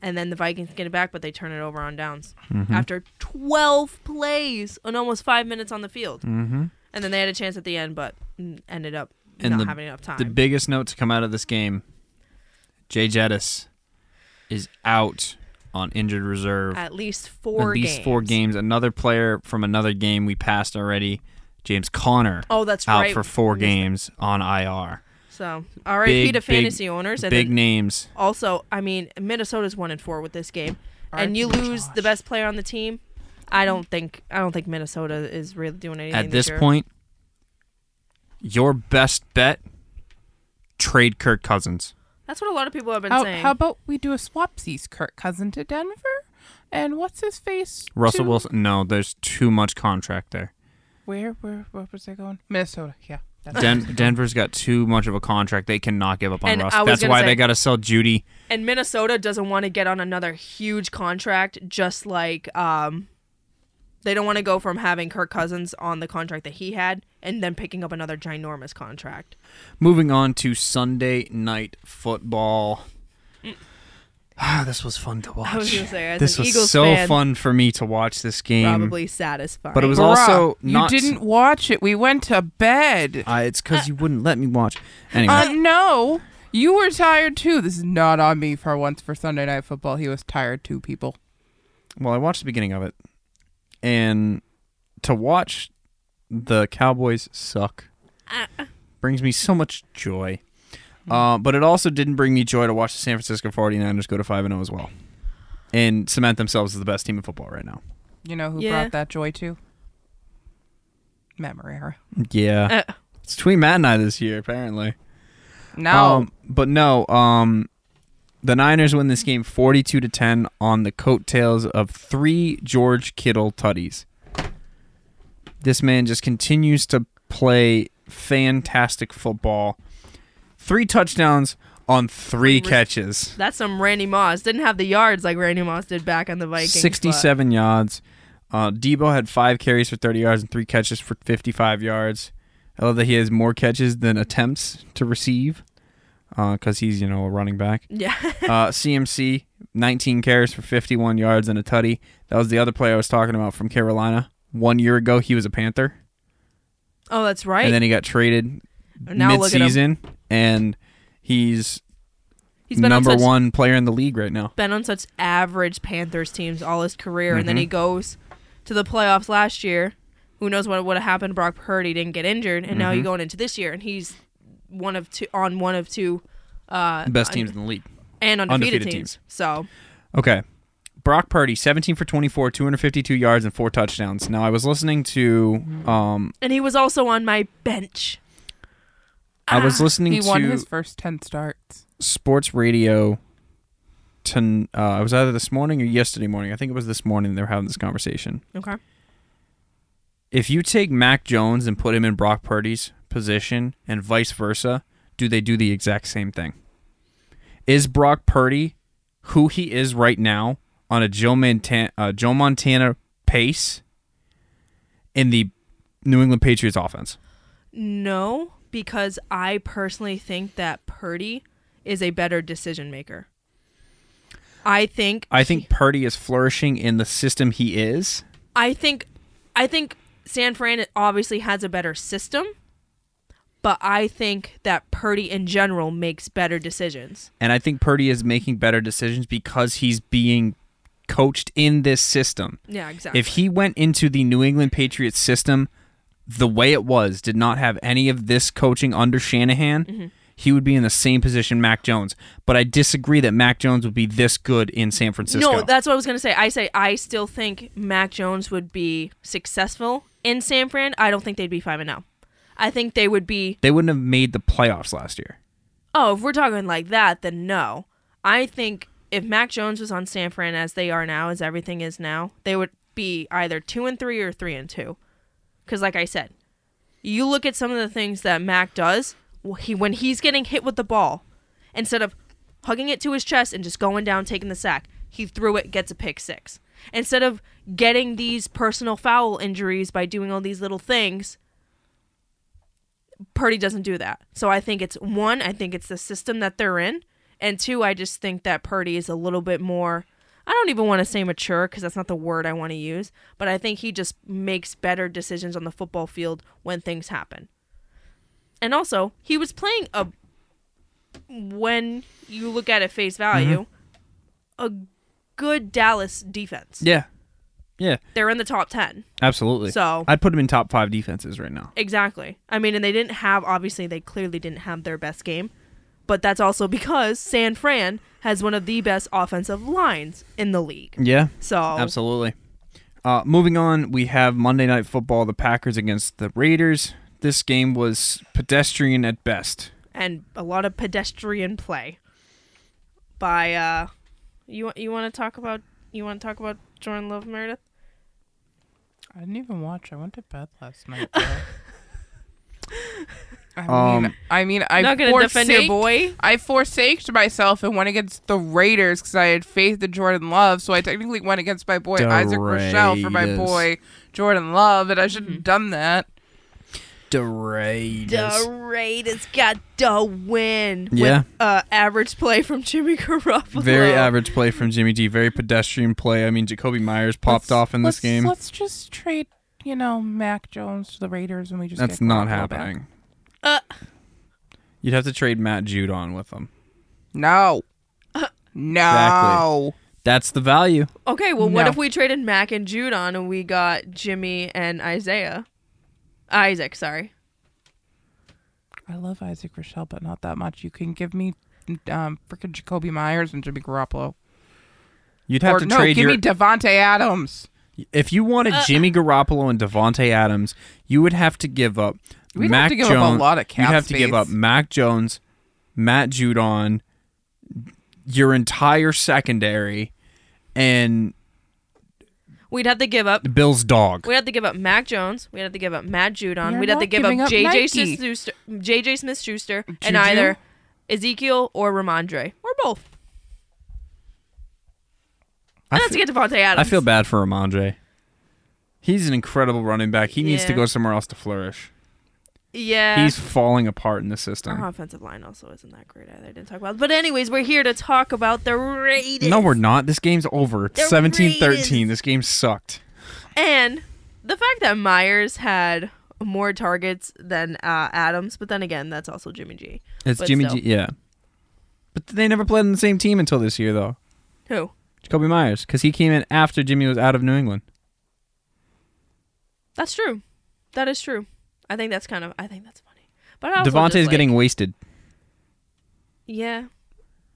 and then the Vikings get it back, but they turn it over on downs
Mm-hmm.
after 12 plays and almost five minutes on the field. Mm-hmm. And then they had a chance at the end, but mm, ended up
And
not
the-
having enough time.
The biggest note to come out of this game Jay Jettis is out on injured reserve.
at least four
at least
games.
four games. Another player from another game we passed already, James Connor,
Oh, that's
out
right.
for four games on IR.
So, RIP
Big,
to
big-
fantasy owners. And
Big
then
names.
also, I mean, Minnesota's one and four with this game,
RIP
and you lose
Josh.
the best player on the team. I don't think I don't think Minnesota is really doing anything
At this
year.
point, your best bet trade Kirk Cousins.
That's what a lot of people have been
How,
saying.
how about we do a swapsies Kirk Cousin to Denver? And what's his face?
Russell
to-
Wilson. No, there's too much contract there.
Where, where, where was I going? Minnesota. Yeah. That's
Den- Denver's got too much of a contract. They cannot give up on
And
Russ.
I was
That's
gonna
why
say-
they got to sell Judy.
and Minnesota doesn't want to get on another huge contract, just like um, they don't want to go from having Kirk Cousins on the contract that he had and then picking up another ginormous contract.
Moving on to Sunday night football. Ah, this was fun to watch.
I was gonna say, as
this
an
was
Eagles
so
fan,
fun for me to watch this game.
probably satisfying.
But it was
Bruh,
also not.
You didn't watch it. We went to bed.
Uh, it's because you wouldn't let me watch. Anyway,
Uh, no. You were tired too. This is not on me for once for Sunday Night Football. He was tired too, people.
well, I watched the beginning of it, and to watch the Cowboys suck brings me so much joy. Uh, but it also didn't bring me joy to watch the San Francisco 49ers go to 5 0 as well and cement themselves as the best team in football right now.
You know who
Yeah.
brought that joy to? Matt Marrera.
Yeah.
Uh.
it's between Matt and I this year, apparently.
No.
Um, but no, um, the Niners win this game 42 to 10 on the coattails of three George Kittle tutties. This man just continues to play fantastic football. Three touchdowns on three
Three-
catches,
That's some Randy Moss. Didn't have the yards like Randy Moss did back on the Vikings. but-
67 yards. Uh, Debo had five carries for 30 yards and three catches for 55 yards. I love that he has more catches than attempts to receive because he's, you know, a running back.
Yeah.
Uh, CMC, 19 carries for 51 yards and a tutty. That was the other player I was talking about from Carolina. One year ago, he was a Panther,
Oh, that's right.
and then he got traded
now look at him.
mid-season, and he's,
He's been
number
on such,
one player in the league right now.
Been on such average Panthers teams all his career, and
Mm-hmm.
then he goes to the playoffs last year. Who knows what would have happened? Brock Purdy didn't get injured, and
Mm-hmm.
now you're going into this year, and he's one of two on one of two uh,
Best
un-
teams in the league.
and undefeated,
undefeated
teams. So
Okay. Brock Purdy, 17 for 24, 252 yards, and four touchdowns. Now, I was listening to, um,
and he was also on my bench.
I was
Ah,
listening
he
to
won his first 10 starts.
sports radio to uh, I was either this morning or yesterday morning. I think it was this morning they were having this conversation.
Okay.
If you take Mac Jones and put him in Brock Purdy's position and vice versa, do they do the exact same thing? Is Brock Purdy who he is right now on a Joe Montana, uh, Joe Montana pace in the New England Patriots offense?
No, because I personally think that Purdy is a better decision maker. I think
I think Purdy is flourishing in the system he is.
I think I think San Fran obviously has a better system, but I think that Purdy in general makes better decisions.
And I think Purdy is making better decisions because he's being coached in this system.
Yeah, exactly.
If he went into the New England Patriots
Mm-hmm.
system the way it was, did not have any of this coaching under Shanahan, he would be in the same position Mac Jones. But I disagree that Mac Jones would be this good in San Francisco.
No, that's what I was gonna say. I say I still think Mac Jones would be successful in San Fran. I don't think they'd be five and zero. I think they would be.
they wouldn't have made the playoffs last year.
Oh, if we're talking like that, then no. I think if Mac Jones was on San Fran as they are now, as everything is now, they would be either two and three or three and two. Because, like I said, you look at some of the things that Mac does. wh- He when he's getting hit with the ball, instead of hugging it to his chest and just going down taking the sack, he threw it, gets a pick six. Instead of getting these personal foul injuries by doing all these little things, Purdy doesn't do that. So I think it's one, I think it's the system that they're in, and two, I just think that Purdy is a little bit more. I don't even want to say mature because that's not the word I want to use, but I think he just makes better decisions on the football field when things happen. And also, he was playing a when you look at it face value, a good Dallas defense.
Yeah,
They're in the top 10.
absolutely.
So,
I'd put him in top five defenses right now.
Exactly. I mean, and they didn't have, obviously, they clearly didn't have their best game, but that's also because San Fran has one of the best offensive lines in the league.
Yeah,
So,
Absolutely. Uh, moving on, we have Monday Night Football: the Packers against the Raiders. This game was pedestrian at best.
and a lot of pedestrian play by, uh, you, you want to talk about, you want to talk about Jordan Love Meredith?
I didn't even watch. I went to bed last night. bro. I
Um,
mean, I mean, I
Not going to defend your
forsaked-
boy.
I forsaked myself and went against the Raiders because I had faith in Jordan Love. So I technically went against my boy
The
Isaac Rochelle for my
Raiders.
boy Jordan Love, and I shouldn't
Mm-hmm.
have done that.
The Raiders.
The Raiders got the win.
Yeah.
With, uh, average play from Jimmy Garoppolo.
Very average play from Jimmy G. Very pedestrian play. I mean, Jacoby Myers popped
Let's-
off in this
let's-
game.
Let's just trade, you know, Mac Jones to the Raiders, and we just
That's
get
not
Garoppolo
happening.
back.
Uh,
You'd have to trade Matt Judon with them.
No, no.
That's the value.
Okay, well, what
No.
if we traded Mac and Judon and we got Jimmy and Isaiah? Isaac, sorry.
I love Isaac Rochelle, but not that much. You can give me um, freaking Jacoby Myers and Jimmy Garoppolo.
You'd have
or
to
no,
trade
give
your.
me Uh. Devonte Adams.
if you wanted Jimmy Garoppolo and Devonte Adams, you would have to give up
We'd have
Mac
to give up a
Jones.
lot of cap
you'd have to give
space.
up Mac Jones, Matt Judon, your entire secondary, and
We'd have to give up.
Bill's dog.
We'd have to give up Mac Jones. We'd have to give up Matt Judon.
You're
we'd have to
not
give up
giving up
JJ
Nike.
Smith Schuster, JJ Smith Schuster, and
Juju?
either Ezekiel or Ramondre or both.
I
And that's to
feel,
get Devontae Adams.
I feel bad for Ramondre. He's an incredible running back. He needs to
Yeah.
go somewhere else to flourish.
Yeah. Oh,
He's falling apart in the system.
Our offensive line also isn't that great either. I didn't talk about. But anyways, we're here to talk about the Raiders.
no, we're not. This game's over. It's
The
17 13.
Raiders.
This game sucked.
And the fact that Myers had more targets than uh, Adams, but then again, that's also Jimmy G.
It's
But
Jimmy
still.
G. Yeah. But they never played on the same team until this year, though.
Who?
Jacoby Myers, because he came in after Jimmy was out of New England.
That's true. That is true. I think that's kind of. I think that's funny. But I also
Devontae's
just, like-
getting wasted.
yeah.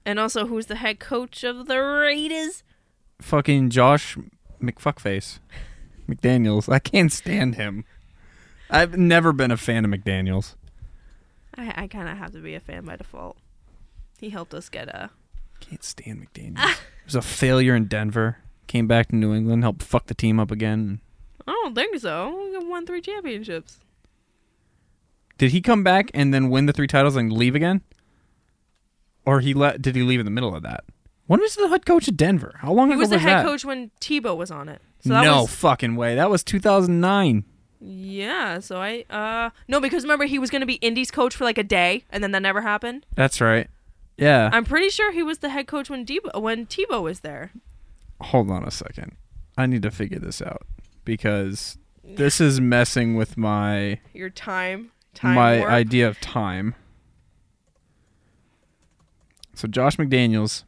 And also, who's the head coach of the Raiders?
Fucking Josh McFuckface. McDaniels. I can't stand him. I've never been a fan of McDaniels.
I, I kind of have to be a fan by default. He helped us get a.
Can't stand McDaniels. it was a failure in Denver. Came back to New England, helped fuck the team up again.
I don't think so. We won three championships.
Did he come back and then win the three titles and leave again? Or he let did he leave in the middle of that? When was the head coach of Denver? How long
He
ago
was the head
that?
coach when Tebow was on it. So that
no
was
fucking way. That was 2009.
Yeah, so I uh no because remember he was going to be Indy's coach for like a day and then that never happened.
That's right. Yeah.
I'm pretty sure he was the head coach when Debo when Tebow was there.
Hold on a second. I need to figure this out because this is messing with my
Your time time
my
warp.
idea of time. So Josh McDaniels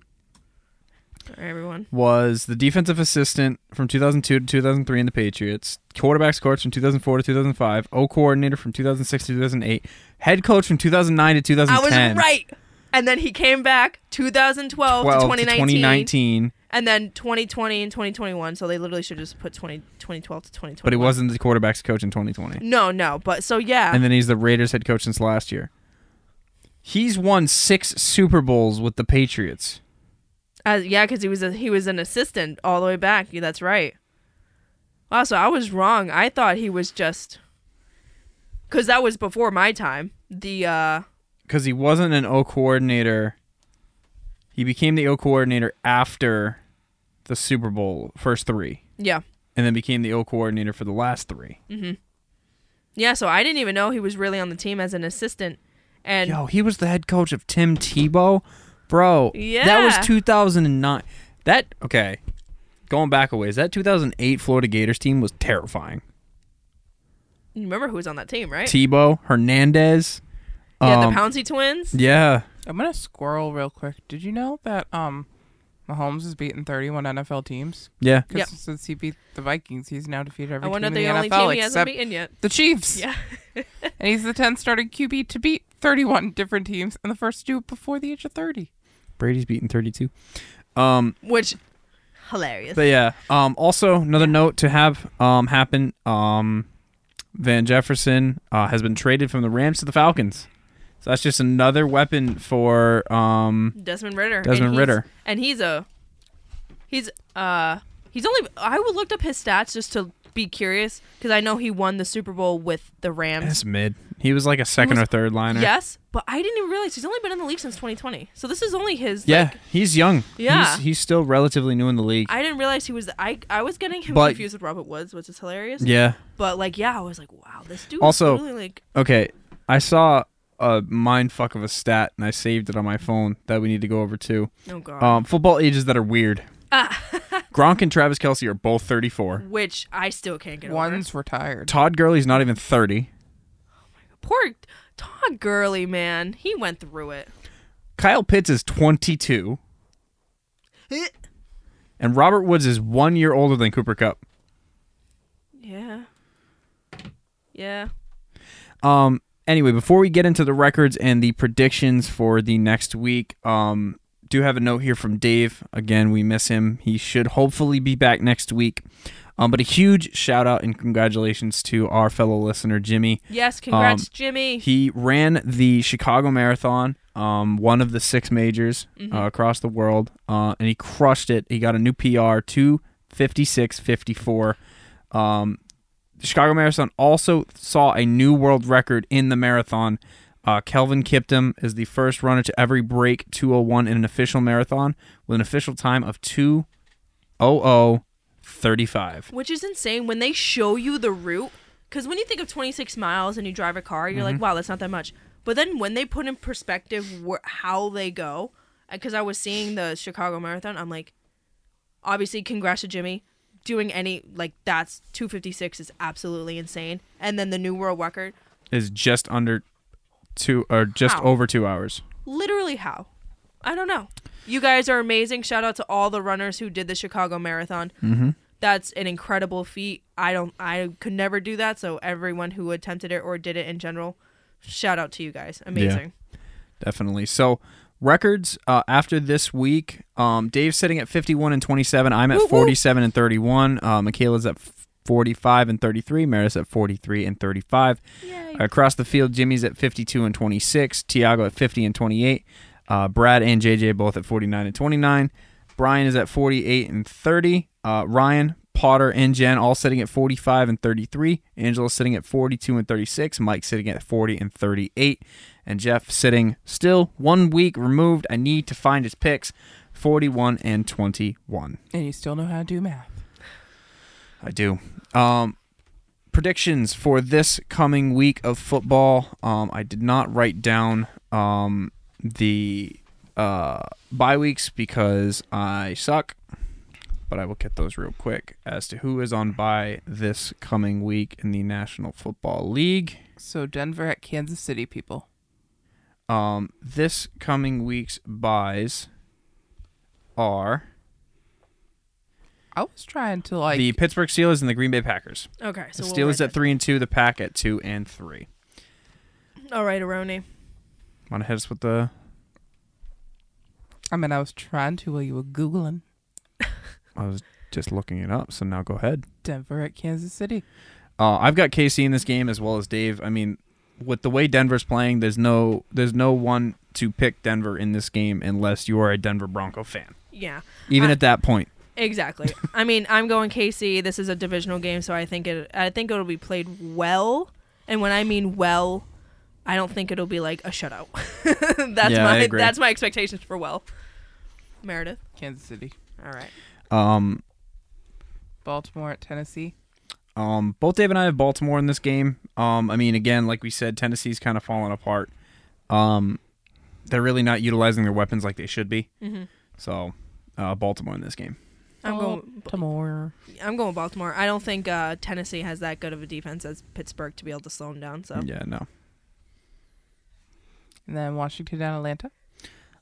Sorry, everyone.
was the defensive assistant from 2002 to 2003 in the Patriots, quarterbacks coach from 2004 to 2005, O coordinator from 2006 to 2008, head coach from 2009 to
I was
2010.
right. And then he came back 2012 to
12
2019,
2019,
and then 2020 and 2021. So they literally should just put 20, 2012 to 2020.
but he wasn't the quarterbacks coach in 2020.
No, no. But so yeah.
And then he's the Raiders head coach since last year. He's won 6 Super Bowls with the Patriots.
As, Uh, yeah, because he was a, he was an assistant all the way back. Yeah, that's right. Also, I was wrong. I thought he was just because that was before my time. The uh
Cuz he wasn't an O coordinator. He became the O coordinator after the Super Bowl first 3.
yeah
and then became the O coordinator for the last three.
yeah. So I didn't even know he was really on the team as an assistant. And
Yo, he was the head coach of Tim Tebow, bro. that
Yeah.
was 2009. That okay, going back a ways. That 2008 Florida Gators team was terrifying.
you remember who was on that team, right?
Tebow, Hernandez.
yeah,
um,
the Pouncey twins.
Yeah,
I'm gonna squirrel real quick. Did you know that um, Mahomes has beaten 31 NFL teams?
yeah.
Because
Yep.
since he beat the Vikings, he's now defeated every
I wonder
team
the,
in the
only
NFL
team he hasn't
except
beaten yet.
the Chiefs.
Yeah.
and he's the 10th starting QB to beat 31 different teams, and the first two before the age of 30.
Brady's beaten 32. Um,
Which hilarious.
but yeah. Um, also another note to have um happen. Um, Van Jefferson uh, has been traded from the Rams to the Falcons. So that's just another weapon for um
Desmond Ritter.
Desmond
and he's-
Ritter.
And he's a he's uh he's only I would looked up his stats just to be curious because I know he won the Super Bowl with the Rams.
That's mid. He was like a second
was-
or third liner.
Yes, but I didn't even realize he's only been in the league since 2020. So this is only his.
Yeah,
like,
he's young.
Yeah.
He's, he's still relatively new in the league.
I didn't realize he was. I I was getting him
But-
confused with Robert Woods, which is hilarious.
yeah.
But like, yeah, I was like, wow, this dude.
Also-
is really, like,
Okay. I saw a mind fuck of a stat and I saved it on my phone that we need to go over too.
oh god.
Um, football ages that are weird.
Ah.
Gronk and Travis Kelsey are both 34.
which I still can't get over.
One's retired.
Todd Gurley's not even 30.
Poor Todd Gurley, man, he went through it.
Kyle Pitts is 22.
Eh.
And Robert Woods is one year older than Cooper Cup.
Yeah. Yeah.
Um. Anyway, before we get into the records and the predictions for the next week, um, do have a note here from Dave. Again, we miss him. He should hopefully be back next week. Um, but a huge shout out and congratulations to our fellow listener Jimmy.
Yes, congrats,
Um,
Jimmy.
He ran the Chicago Marathon, um, one of the six majors uh, across the world, uh, and he crushed it. He got a new PR, two fifty six fifty four. Um, the Chicago Marathon also saw a new world record in the marathon. Uh, Kelvin Kiptum is the first runner to ever break 201 in an official marathon with an official time of 20035.
Which is insane when they show you the route. Because when you think of 26 miles and you drive a car, you're like, wow, that's not that much. But then when they put in perspective where, how they go, because I was seeing the Chicago Marathon, I'm like, obviously, congrats to Jimmy. Doing any, like, that's 256 is absolutely insane. And then the new world record,
Is just under two or just
Wow.
over two hours.
literally how? I don't know. You guys are amazing. Shout out to all the runners who did the Chicago Marathon. Mm-hmm. That's an incredible feat. I don't. I could never do that. So everyone who attempted it or did it in general, shout out to you guys. Amazing.
definitely. So records uh, after this week, um, Dave's sitting at 51 and 27. I'm at
Woo, woo.
47 and 31. Uh, Michaela's at 45 and 33. Maris at 43 and 35. Across the field, Jimmy's at 52 and 26. Tiago at 50 and 28. Uh, Brad and JJ both at 49 and 29. Brian is at 48 and 30. Uh, Ryan, Potter, and Jen all sitting at 45 and 33. Angela's sitting at 42 and 36. Mike sitting at 40 and 38. And Jeff sitting still one week removed. I need to find his picks 41 and 21.
And you still know how to do math.
I do. Um, predictions for this coming week of football. Um, I did not write down um, the uh, bye weeks because I suck, but I will get those real quick as to who is on bye this coming week in the National Football League.
So Denver at Kansas City, people.
Um, this coming week's buys are
I was trying to like
the Pittsburgh Steelers and the Green Bay Packers.
Okay, so
The
we'll
Steelers
write
at three and two, the Pack at two and three.
that. All right, Aroni.
Want to hit us with the
I mean I was trying to while you were googling
I was just looking it up, so now go ahead.
Denver at Kansas City.
Uh, I've got KC in this game as well as Dave. I mean, with the way Denver's playing, there's no there's no one to pick Denver in this game unless you are a Denver Bronco fan.
Yeah,
Even
I-
at that point,
exactly. I mean, I'm going KC. This is a divisional game, so I think it. I think it'll be played well. And when I mean well, I don't think it'll be like a shutout. that's
Yeah, I
my
agree.
that's my expectations for well. Meredith.
Kansas City.
All right.
um,
Baltimore at Tennessee.
um, both Dave and I have Baltimore in this game. Um, I mean, again, like we said, Tennessee's kind of falling apart. Um, they're really not utilizing their weapons like they should be.
Mm-hmm.
So, uh, Baltimore in this game.
I'm going.
Baltimore.
I'm going Baltimore. I don't think uh, Tennessee has that good of a defense as Pittsburgh to be able to slow them down. So
Yeah, no.
And then Washington at Atlanta.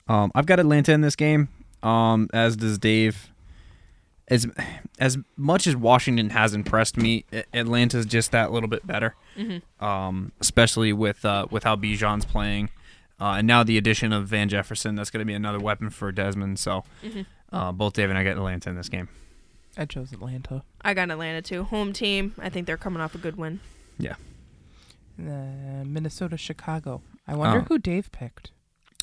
Um, I've got Atlanta in this game, um, as does Dave. As as much as Washington has impressed me, A- Atlanta's just that little bit better.
Mm-hmm.
Um, especially with uh, with how Bijan's playing, uh, and now the addition of Van Jefferson, that's going to be another weapon for Desmond. So,
Mm-hmm.
uh, both Dave and I got Atlanta in this game.
I chose Atlanta.
I got Atlanta too. Home team. I think they're coming off a good win.
And then Minnesota, Chicago. I wonder
Oh.
who Dave picked.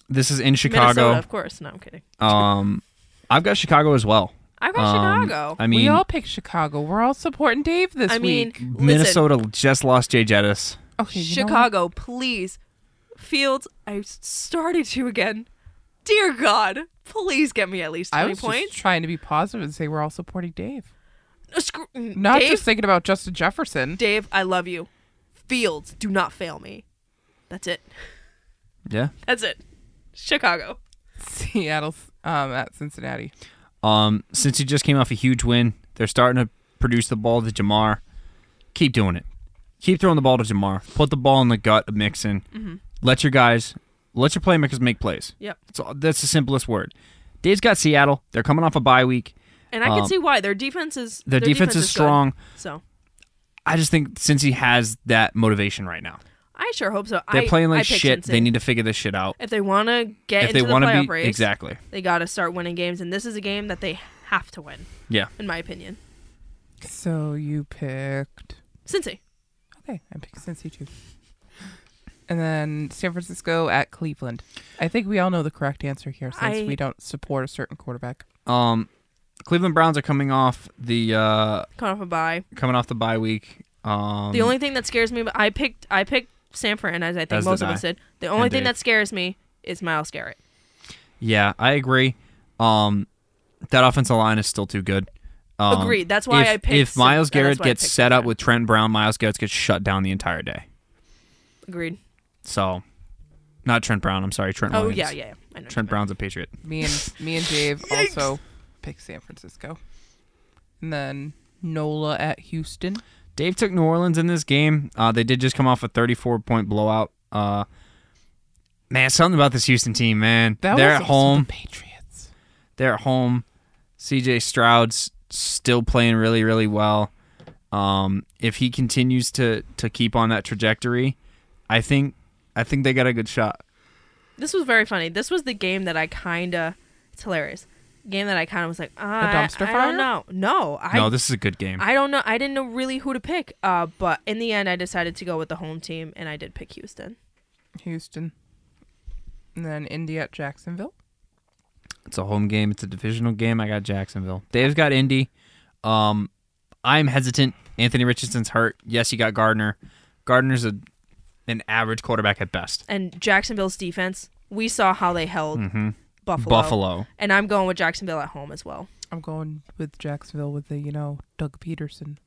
This is in
Minnesota,
Chicago.
of course. No, I'm kidding.
Um, I've got Chicago as well.
I got
Um,
Chicago.
I mean,
we all picked Chicago. We're all supporting Dave this
I mean,
week.
listen,
Minnesota just lost Jay Jettis.
Okay, you know what?
Chicago, please. Fields, I started you again. Dear God, please get me at least
I
20
was
points.
just trying to be positive and say we're all supporting Dave.
Uh, screw- mm,
Not
Dave,
just thinking about Justin Jefferson.
Dave, I love you. Fields, do not fail me. That's it.
Yeah.
That's it. Chicago.
Seattle um, at Cincinnati.
Um, since he just came off a huge win, they're starting to produce the ball to Jamar. Keep doing it. Keep throwing the ball to Jamar. Put the ball in the gut of Mixon.
Mm-hmm.
Let your guys, let your playmakers make plays.
Yep.
That's, all, that's the simplest word. Dave's got Seattle. They're coming off a bye week.
And I can
Um,
see why. Their defense is
Their, defense, is
good.
strong.
So
I just think since he has that motivation right now,
I sure hope so.
they're
I,
playing
I
like
picked
shit. They
Cincy.
need to figure this shit out.
if they want to get
if
into
they
the
want to
playoff
be
race,
exactly,
they got to start winning games. And this is a game that they have to win,
yeah.
in my opinion.
So you picked.
Cincy.
Okay, I picked Cincy too. And then San Francisco at Cleveland. I think we all know the correct answer here since
I-
we don't support a certain quarterback.
Um, Cleveland Browns are coming off the uh,
Coming off a bye.
coming off the bye week. Um,
The only thing that scares me, I picked, I picked San Fran, as I think
As
most
did
of
I.
us did. The only thing
Dave.
that scares me is Miles Garrett.
Yeah, I agree. Um, that offensive line is still too good. Um,
Agreed. That's why
if,
I picked
If
Sim-
Miles
that's why I
Garrett
picked
gets set
Sim
up
Fran.
with Trent Brown, Miles Garrett gets shut down the entire day.
Agreed.
So, not Trent Brown. I'm sorry, Trent.
Oh
Williams.
yeah, yeah, yeah. I know.
Trent Brown's a Patriot.
Me and me and Dave also picked San Francisco. And then Nola at Houston.
Dave took New Orleans in this game. Uh, they did just come off a 34 point blowout. Uh, man, something about this Houston team, man.
That
They're
was
at
also
home.
The Patriots.
They're at home. CJ Stroud's still playing really, really well. Um, if he continues to to keep on that trajectory, I think I think they got a good shot.
This was very funny. This was the game that I kinda. It's hilarious. Game that I kind of was like, ah,
dumpster
I,
fire?
don't know. No, I,
no, this is a good game.
I don't know. I didn't know really who to pick. Uh, but in the end, I decided to go with the home team, and I did pick Houston.
Houston. And then Indy at Jacksonville.
it's a home game. It's a divisional game. I got Jacksonville. Dave's got Indy. Um, I'm hesitant. Anthony Richardson's hurt. Yes, you got Gardner. Gardner's a an average quarterback at best.
And Jacksonville's defense, we saw how they held Buffalo.
Mm-hmm. Buffalo.
And I'm going with Jacksonville at home as well.
I'm going with Jacksonville with the, you know, Doug Peterson.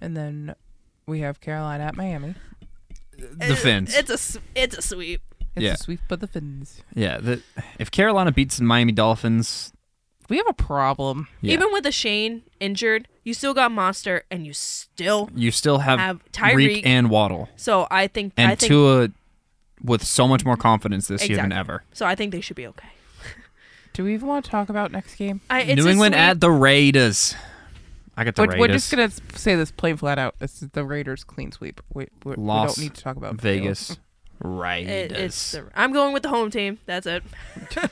And then we have Carolina at Miami.
The Fins.
It's a s- it's a sweep.
It's
Yeah.
a sweep by the Fins.
Yeah. The, if Carolina beats the Miami Dolphins,
We have a problem.
Yeah.
Even with a Shane injured, you still got Monster, and you still.
you still have,
Have
Tyreek
Tyreek.
and Waddle,
So I think
and
I think
Tua with so much more confidence this year than
Exactly.
ever.
so. I think they should be okay.
Do we even want to talk about next game?
I, it's
New
a
England
sweet-
at the Raiders. I got the
We're,
Raiders.
we're just gonna s- say this plain flat out. This is the Raiders clean sweep. We, we, we
Lost
don't need to talk about
Vegas Raiders.
it- it's the, I'm going with the home team. That's it.
Vegas.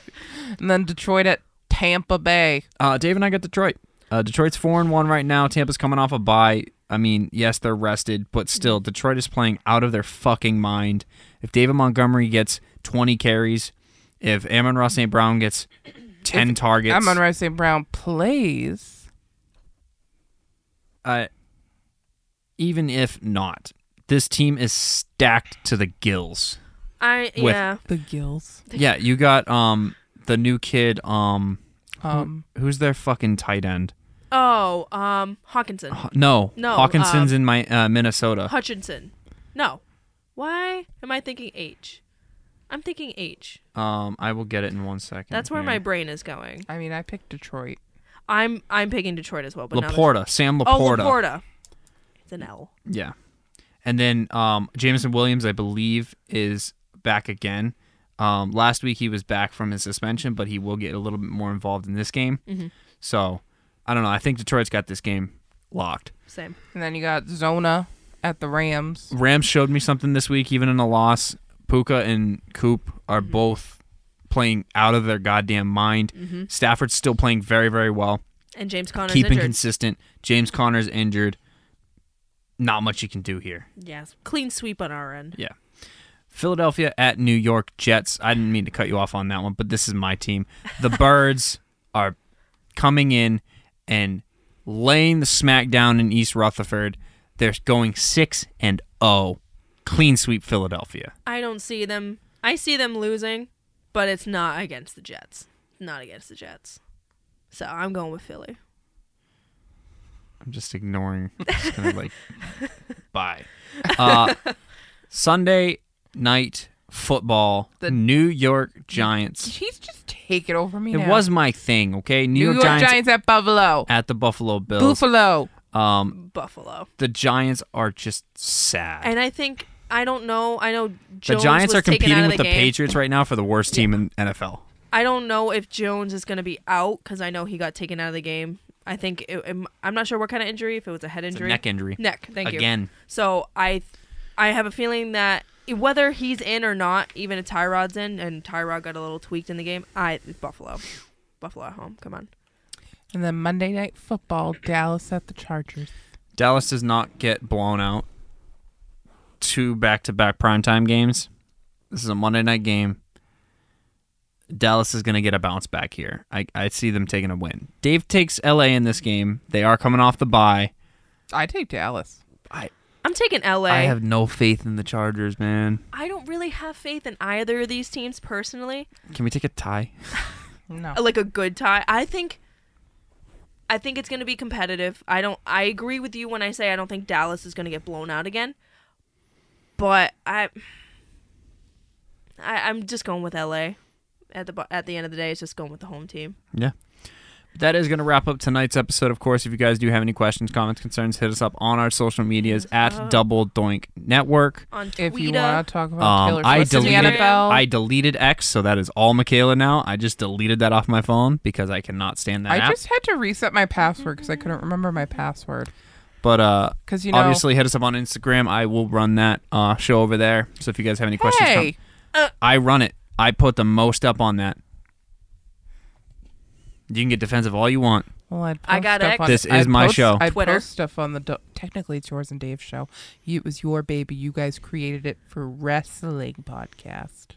And then Detroit at Tampa Bay.
Uh, Dave and I got Detroit. Uh, Detroit's four and one right now. Tampa's coming off a bye. I mean, yes, they're rested, but still, Detroit is playing out of their fucking mind. If David Montgomery gets 20 carries, if Amon Ross St. Brown gets 10 targets,
I'm on Rice St. Brown plays.
uh, even if not, this team is stacked to the gills.
I
With-
yeah.
The Gills.
Yeah, you got um the new kid. Um,
Um,
who's their fucking tight end?
Oh, um, Hawkinson,
H- No,
No,
Hawkinson's
um,
in my uh, Minnesota.
Hutchinson. No, why am I thinking H? I'm thinking H.
Um, I will get it in one second.
That's where
here.
my brain is going.
I mean, I picked Detroit.
I'm I'm picking Detroit as well, but Now
Laporta, Sam
there's-
Laporta.
Oh, Laporta. It's an L.
Yeah. And then um, Jameson Williams, I believe, is back again. Um, last week he was back from his suspension, but he will get a little bit more involved in this game. So I don't know. I think Detroit's got this game locked.
Same.
And then you got Zona at the Rams.
Rams showed me something this week, even in a loss. Puka and Coop are both playing out of their goddamn mind. Stafford's still playing very, very well.
And James Conner's
keeping
injured.
consistent. James Connor's injured. Not much you can do here.
yes, clean sweep on our end.
Yeah. Philadelphia at New York Jets. I didn't mean to cut you off on that one, but this is my team. The Birds are coming in and laying the smack down in East Rutherford. They're going 6 and 0. Clean sweep Philadelphia.
I don't see them. I see them losing, but it's not against the Jets. Not against the Jets. So I'm going with Philly.
I'm just ignoring. I'm just gonna like bye. Uh, Sunday night football. The
The-
New York Giants.
He's just taking over me
It
now.
was my thing, okay? New,
New
York, Giants,
at Buffalo.
at the Buffalo Bills.
Buffalo.
Um,
Buffalo.
the Giants are just sad.
And I think I don't know. I know
the
Jones
Giants
was
are
taken out
competing
of
with the,
the game.
Patriots right now for the worst team in NFL.
I don't know if Jones is going to be out because I know he got taken out of the game. I think it, it- I'm not sure what kind of injury. If it was a head
It's a
injury,
neck injury.
Neck, Thank you.
Again.
So I, I have a feeling that whether he's in or not, even if Tyrod's in, and Tyrod got a little tweaked in the game, I Buffalo, Buffalo at home. Come on.
And then Monday Night Football, Dallas at the Chargers.
Dallas does not get blown out. Two back-to-back primetime games. This is a Monday night game. Dallas is going to get a bounce back here. I, I see them taking a win. Dave takes LA in this game. They are coming off the bye.
I take Dallas.
I'm taking LA.
I have no faith in the Chargers, man.
I don't really have faith in either of these teams personally. Uh,
Can we take a tie?
No.
Like a good tie. I think I think it's going to be competitive. I don't I agree with you when I say I don't think Dallas is going to get blown out again. But I, I I'm just going with LA. At the bu- at the end of the day, it's just going with the home team.
Yeah. That is going to wrap up tonight's episode. Of course, if you guys do have any questions, comments, concerns, hit us up on our social medias
uh-huh.
at Double Doink Network.
On
if you
Twitter,
want to talk about
Um,
Taylor
I
Swift in the
deleted
NFL,
I deleted X, so that is all Michaela now. I just deleted that off my phone because I cannot stand that
I
app.
just had to reset
Mm-hmm.
my password because I couldn't remember my password.
but uh,
'Cause, you know-
obviously hit us up on Instagram. I will run that uh, show over there. So if you guys have any questions,
Hey,
com- I run it. I put the most up on that. You can get defensive all you want.
well, I'd
I
post
got
stuff
X.
on-
This
I'd
is my
post-
show.
I'd
Twitter.
post stuff on the do- technically it's yours and Dave's show. You, it was your baby. You guys created it for wrestling podcast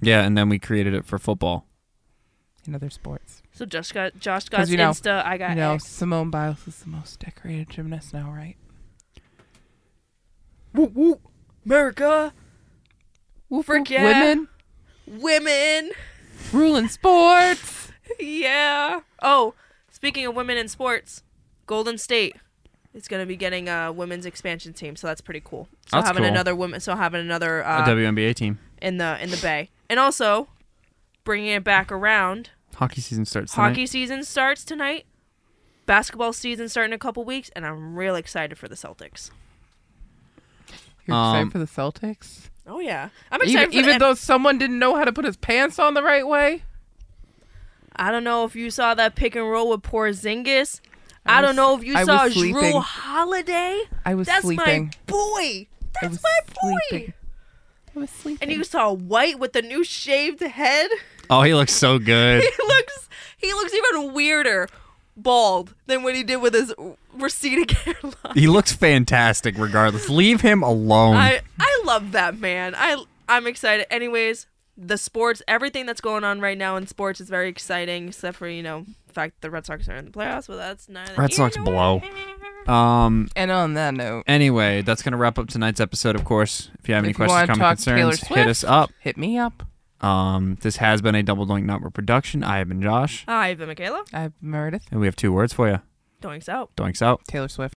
Yeah, and then we created it for football.
and other sports.
so Josh got Josh got
'Cause you know-
Insta. I got
you know,
X.
Simone Biles is the most decorated gymnast now, right?
Woo, woo. America,
Woof,
Frick
woof,
yeah.
Women
women.
ruling sports.
Yeah. Oh, speaking of women in sports, Golden State is going to be getting a women's expansion team, so that's pretty cool. So
That's
having
cool.
another woman, so having another
A
uh,
WNBA team.
in the in the Bay, and also bringing it back around.
Hockey season starts
Hockey season starts tonight. Basketball season starting in a couple weeks, and I'm real excited for the Celtics.
You're
Um,
excited for the Celtics?
Oh yeah, I'm excited.
Even,
for the
even
N-
though someone didn't know how to put his pants on the right way?
I don't know if you saw that pick and roll with Porzingis. I,
was-
don't know if you
I was
saw
sleeping.
Drew Holiday.
I was
That's
sleeping.
my boy.
I
That's
was
my boy.
sleeping. I was sleeping.
And you saw White with the new shaved head.
Oh, he looks so good.
He looks he looks even weirder bald than what he did with his receding hairline.
he looks fantastic regardless. Leave him alone.
I I love that man. I I'm excited. Anyways, the sports, everything that's going on right now in sports is very exciting, except for you know the fact the Red Sox are in the playoffs. But that's not
Red Sox blow. Um.
and on that note,
Anyway, that's gonna wrap up tonight's episode. Of course, if you have any
If you
questions,
wanna
comments,
talk Taylor
concerns, hit us up.
hit me up.
Um. This has been a Double Doink Network production. I have been Josh,
I've been Michaela.
I'm Meredith
and we have two words for you.
Doinks out.
Doinks out.
Taylor Swift.